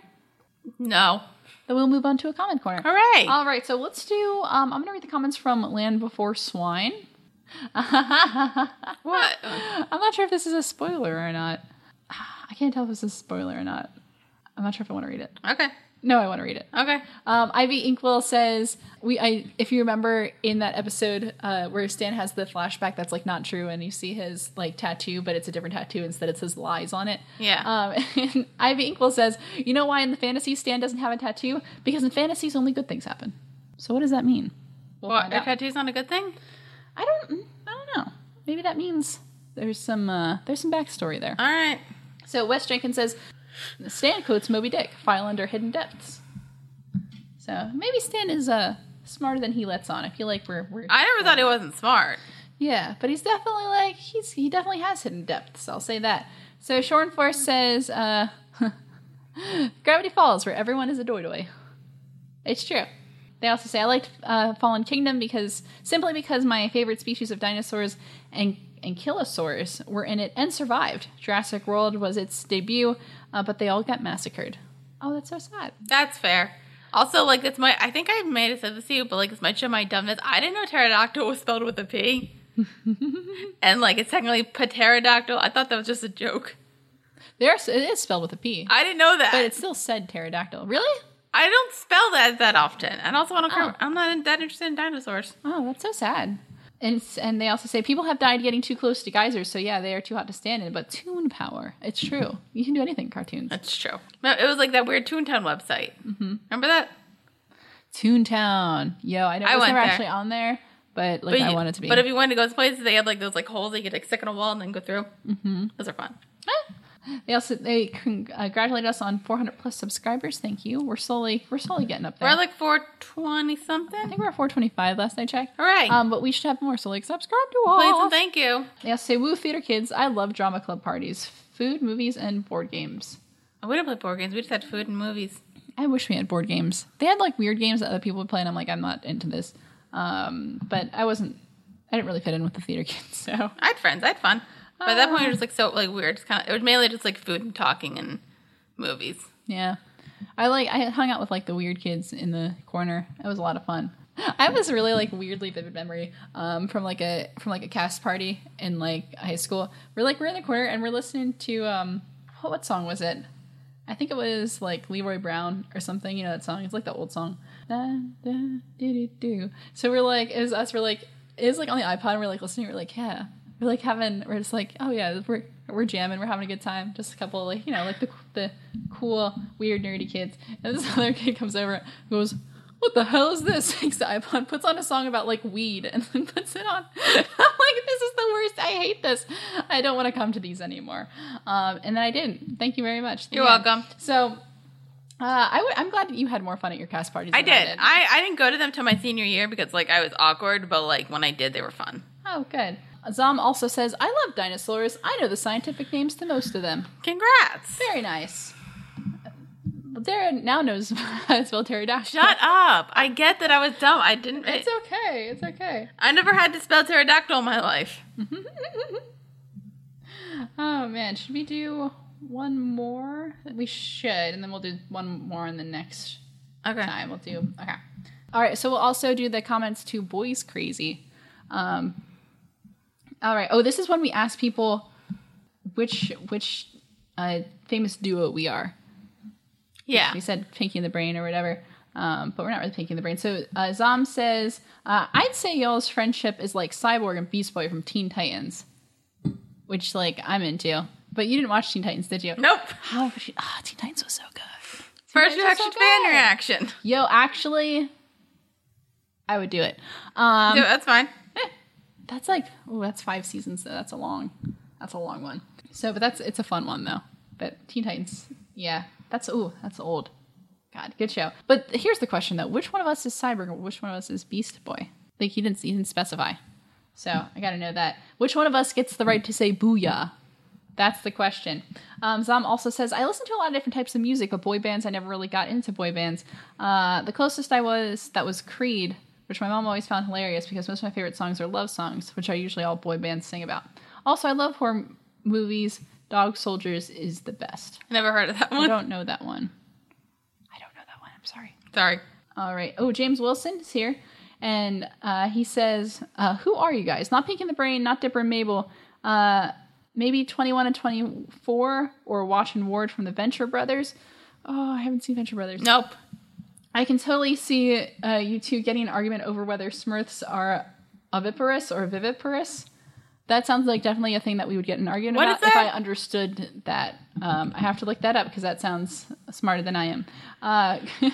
No,
Then we'll move on to a comment corner.
hooray!
All right. So let's do. Um. I'm gonna read the comments from Land Before Swine.
what?
I'm not sure if this is a spoiler or not. *sighs* I can't tell if this is a spoiler or not. I'm not sure if I want to read it.
Okay,
No, I want to read it.
okay.
Um, Ivy Inkwell says we. I if you remember in that episode uh, where Stan has the flashback that's like not true, and you see his like tattoo, but it's a different tattoo instead. It says lies on it.
Yeah.
Um, *laughs* and Ivy Inkwell says, you know why in the fantasy Stan doesn't have a tattoo? Because in fantasies only good things happen. So what does that mean? We'll
What?
find
Are
out.
tattoos not a good thing?
I don't. mm, I don't know. Maybe that means there's some uh, there's some backstory there.
All right.
So Wes Jenkins says, Stan quotes Moby Dick, file under hidden depths. So maybe Stan is uh, smarter than he lets on. I feel like we're, we're
I never thought he wasn't smart.
yeah, but he's definitely like he's he definitely has hidden depths. I'll say that. So Shorn Force says, *laughs* uh, "Gravity Falls, where everyone is a doy doy." It's true. They also say I liked uh, Fallen Kingdom because simply because my favorite species of dinosaurs and ankylosaurs were in it and survived. Jurassic World was its debut, uh, but they all got massacred. Oh, that's so sad.
That's fair. Also, like it's my I think I may have said this to you, but like as much of my dumbness, I didn't know pterodactyl was spelled with a P.
*laughs*
and like it's technically pterodactyl. I thought that was just a joke.
There's it is spelled with a P,
I didn't know that.
but it still said pterodactyl. Really?
I don't spell that that often. And also, I don't care.
Oh.
I'm not that interested in dinosaurs.
Oh, that's so sad. And it's- and they also say people have died getting too close to geysers, so yeah, they are too hot to stand in. But tune power, it's true. You can do anything. in Cartoons.
That's true. No, it was like that weird Toontown website. Mm-hmm. Remember that?
Toontown. Yo, I, know,
I
I was
went
never
there.
actually on there, but like I
you-
wanted to be.
But if you wanted to go to places, they had like those like holes that you could like stick in a wall and then go through. Mm-hmm. Those are fun.
Ah. they also they uh, congratulate us on 400 plus subscribers. Thank you. We're slowly we're slowly getting up there.
We're at like 420
I
something.
think we're at 425 last I checked.
Hooray.
Um, but we should have more. So like subscribe to us.
Please and thank you.
They also say woo theater kids. I love drama club parties, food, movies, and board games.
Oh, we didn't play board games. We just had food and movies.
I wish we had board games. They had like weird games that other people would play, and I'm like, I'm not into this. Um, but I wasn't. I didn't really fit in with the theater *laughs* kids, so
I had friends. I had fun. But at that point, it
Um.
was like so like weird. It's kind of it was mainly just like food and talking and movies.
yeah. I like I hung out with like the weird kids in the corner. It was a lot of fun. I have this really like weirdly vivid memory um, from like a from like a cast party in like high school. We're like we're in the corner and we're listening to um what, what song was it? I think it was like Leroy Brown or something. You know that song? It's like the old song. Da, da, do, do, do. So we're like, it was us. We're like, it was like on the iPod. And we're like listening. We're like, yeah. We're like having. We're just like, oh yeah, we're we're jamming. We're having a good time. Just a couple of like you know like the the cool weird nerdy kids. And this *laughs* other kid comes over, and goes. What the hell is this? *laughs* Takes the iPod, puts on a song about like weed, and then *laughs* puts it on. I'm like, this is the worst. I hate this. I don't want to come to these anymore. Um, and then I didn't. Thank you very much. The
You're
end.
welcome.
So, uh, I w- I'm glad that you had more fun at your cast parties.
I
than
did. I, I didn't go to them till my senior year because like I was awkward, but like when I did, they were fun.
oh, good. Zom also says, "I love dinosaurs. I know the scientific names to most of them.
Congrats.
Very nice." Dara now knows *laughs* how to spell pterodactyl.
Shut up. I get that I was dumb. I didn't. I,
It's okay. It's okay.
I never had to spell pterodactyl in my life.
oh man, should we do one more? We should, and then we'll do one more in the next
Okay.
time. We'll do okay. All right, so we'll also do the comments to boys crazy. Um, all right. Oh, this is when we ask people which which uh, famous duo we are.
Yeah.
We said Pinky and the Brain or whatever, um, but we're not really Pinky and the Brain. So uh, Zom says, uh, "I'd say y'all's friendship is like Cyborg and Beast Boy from Teen Titans," which like I'm into. But you didn't watch Teen Titans, did you?
Nope.
How? could you- Ah, Teen Titans was so good.
First
Sometimes it's
reaction,
so
fan
bad.
reaction.
Yo, actually, I would do it. *laughs* Um, *laughs*
Dude, that's fine.
that's like, oh, that's five seasons though. That's a long, that's a long one. So, but that's it's a fun one though. But Teen Titans, yeah, that's ooh, that's old. God, good show. But here's the question though: Which one of us is Cyborg? and Which one of us is Beast Boy? Like he didn't, he didn't specify. So I got to know that. Which one of us gets the right to say "booyah"? That's the question. Um, Zom also says, I listen to a lot of different types of music, but boy bands, I never really got into boy bands. Uh, the closest I was, that was Creed, which my mom always found hilarious because most of my favorite songs are love songs, which are usually all boy bands sing about. Also, I love horror m- movies. Dog Soldiers is the best.
I never heard of that
I
one.
don't know that one. I don't know that one. I'm sorry.
Sorry.
All right. Oh, James Wilson is here. And uh, he says, uh, Who are you guys? Not Pink in the Brain, not Dipper and Mabel. Uh, maybe 21 and 24 or Watch and Ward from the Venture Brothers. Oh, I haven't seen Venture Brothers.
Nope.
I can totally see uh, you two getting an argument over whether Smurfs are oviparous or viviparous. That sounds like definitely a thing that we would get an argument
What
about
is
if I
that?
understood that. Um, I have to look that up because that sounds smarter than I am. Uh, *laughs*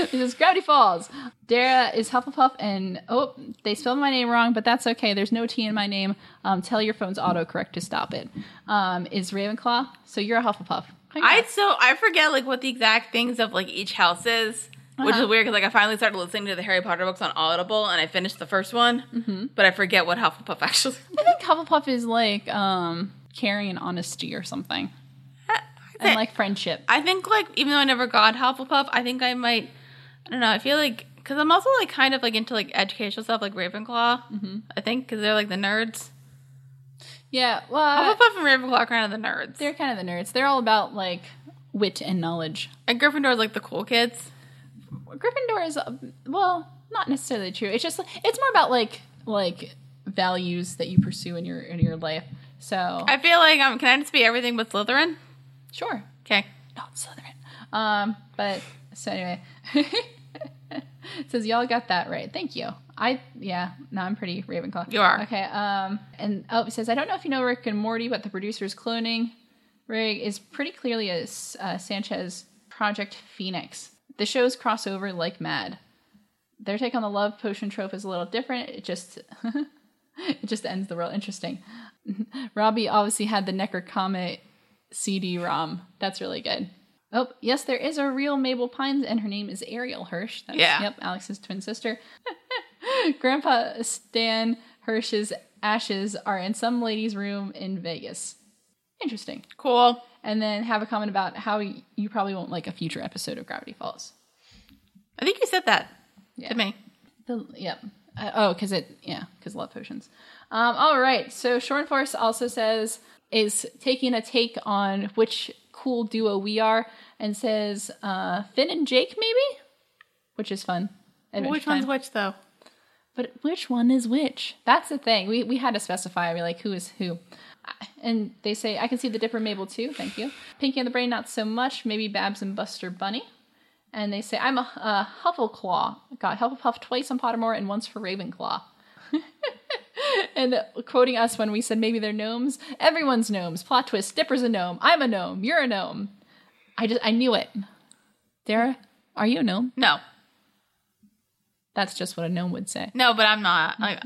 this is Gravity Falls. Dara is Hufflepuff, and oh, they spelled my name wrong, but that's okay. There's no T in my name. Um, tell your phone's autocorrect to stop it. Um, is Ravenclaw? So you're a Hufflepuff.
I so I forget like what the exact things of like each house is, which is
Uh-huh.
weird because like I finally started listening to the Harry Potter books on Audible and I finished the first one,
Mm-hmm.
but I forget what Hufflepuff *laughs* actually.
I think Hufflepuff is like um, caring and honesty or something, and like friendship.
I think like even though I never got Hufflepuff, I think I might. I don't know. I feel like because I'm also like kind of like into like educational stuff, like Ravenclaw.
Mm-hmm.
I think because they're like the nerds.
Yeah,
I'm
well,
apart from Ravenclaw, kind of the nerds.
they're kind of the nerds. They're all about like wit and knowledge.
And Gryffindor's like the cool kids.
Gryffindor is uh, well, not necessarily true. It's just it's more about like like values that you pursue in your in your life. So
I feel like um, can I just be everything but Slytherin?
sure,
Okay.
no, it's Slytherin. Um, but so anyway, *laughs* it says y'all got that right. Thank you. I yeah, no, I'm pretty Ravenclaw.
You are.
okay. Um, and oh, it says I don't know if you know Rick and Morty, but the producer's cloning rig is pretty clearly a S- uh, Sanchez Project Phoenix. The shows cross over like mad. Their take on the love potion trope is a little different. It just it just ends the world interesting. *laughs* Robbie obviously had the Necker Comet CD-ROM. That's really good. Oh, yes, there is a real Mabel Pines, and her name is Ariel Hirsch. That's,
Yeah.
Yep, Alex's twin sister. *laughs* Grandpa Stan Hirsch's ashes are in some lady's room in Vegas. Interesting.
Cool.
And then have a comment about how y- you probably won't like a future episode of Gravity Falls.
I think you said that
Yeah.
to me.
The, yep. Uh, oh, because it, yeah, because love potions. Um, all right. So Shornforce also says, is taking a take on which cool duo we are and says, uh, Finn and Jake, maybe? Which is fun. Adventure
Which
Time.
one's which though?
But which one is which? That's the thing. We, we had to specify. We're like, who is who? I- And they say, I can see the Dipper Mabel too. Thank you. Pinky and the Brain, not so much. Maybe Babs and Buster Bunny. And they say, I'm a, a Huffleclaw. Got Hufflepuff twice on Pottermore and once for Ravenclaw. *laughs* and quoting us when we said maybe they're gnomes. Everyone's gnomes. Plot twist. Dipper's a gnome. I'm a gnome. You're a gnome. I just, I knew it. Dara, are you a gnome?
No,
That's just what a gnome would say.
no, but I'm not. Like,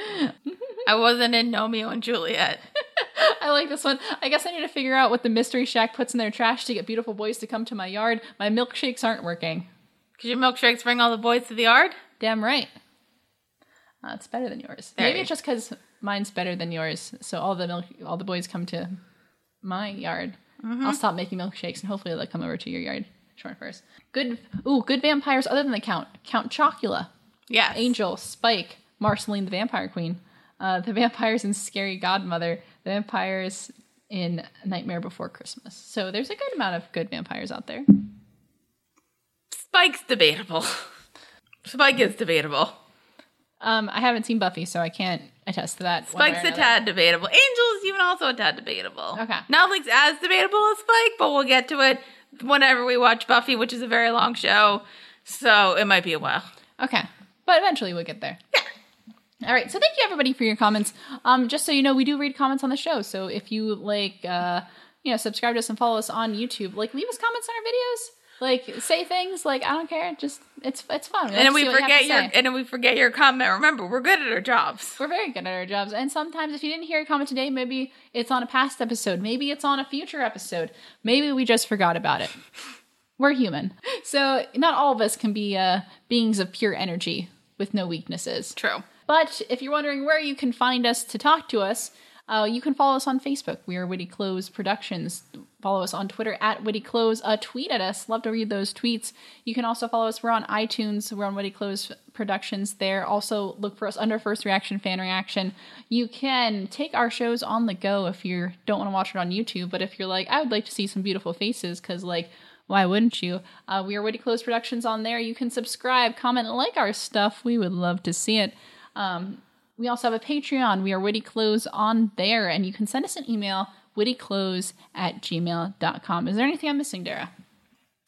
*laughs* I wasn't in Romeo and Juliet. *laughs*
I like this one. I guess I need to figure out what the mystery shack puts in their trash to get beautiful boys to come to my yard. My milkshakes aren't working.
Could your milkshakes bring all the boys to the yard?
Damn right. Uh, it's better than yours. Maybe
Very.
it's just because mine's better than yours, so all the milk, all the boys come to my yard. I'll stop making milkshakes, and hopefully they'll come over to your yard. Short first. Good. Ooh, good vampires other than the count. Count Chocula.
Yes.
Angel, Spike, Marceline the Vampire Queen, uh, the *laughs* vampires in Scary Godmother, the vampires in Nightmare Before Christmas. So there's a good amount of good vampires out there.
Spike's debatable. *laughs* Spike is debatable.
Um, I haven't seen Buffy, so I can't attest to that. one way or
Spike's a
another.
tad debatable. Angel's even also a tad debatable.
Okay.
Nothing's as debatable as Spike, but we'll get to it whenever we watch Buffy, which is a very long show. So it might be a while.
Okay, but eventually we'll get there.
Yeah.
All right, so thank you everybody for your comments. Um, just so you know, we do read comments on the show, so if you like, uh, you know, subscribe to us and follow us on YouTube. Like, leave us comments on our videos. Like, say things. Like, I don't care. Just it's it's fun. like
And
to
then we
see what you have
forget
to
your
say.
and then we forget your comment. Remember, we're good at our jobs.
We're very good at our jobs. And sometimes if you didn't hear a comment today, maybe it's on a past episode. Maybe it's on a future episode. Maybe we just forgot about it. We're human. So not all of us can be uh, beings of pure energy with no weaknesses.
True.
But if you're wondering where you can find us to talk to us, uh, you can follow us on Facebook. We are Witty Close Productions. Follow us on Twitter at Witty Close. Uh, tweet at us. Love to read those tweets. You can also follow us. We're on iTunes. We're on Witty Close Productions there. Also, look for us under First Reaction, Fan Reaction. You can take our shows on the go if you don't want to watch it on YouTube. But if you're like, I would like to see some beautiful faces, because, like, why wouldn't you? Uh, we are Witty Close Productions on there. You can subscribe, comment, like our stuff. We would love to see it. Um, we also have a Patreon. We are Witty Clothes on there, and you can send us an email, wittyclothes at gmail.com. Is there anything I'm missing, Dara?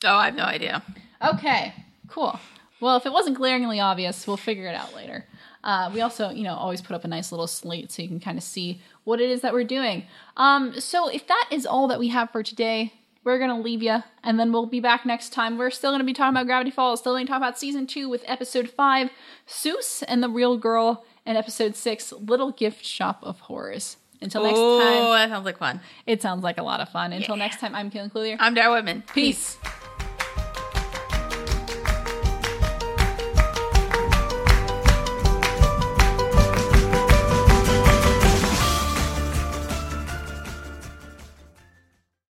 Oh, I have no idea.
Okay, cool. Well, if it wasn't glaringly obvious, we'll figure it out later. Uh, we also, you know, always put up a nice little slate so you can kind of see what it is that we're doing. Um, so if that is all that we have for today, we're gonna leave you, and then we'll be back next time. We're still gonna be talking about Gravity Falls, still gonna talk about season two with episode five, Seuss and the Real Girl, and episode six, Little Gift Shop of Horrors. Until next
oh,
time,
that sounds like fun.
it sounds like a lot of fun. Until next time, I'm Caitlin Clulier.
I'm Dara Whitman.
Peace.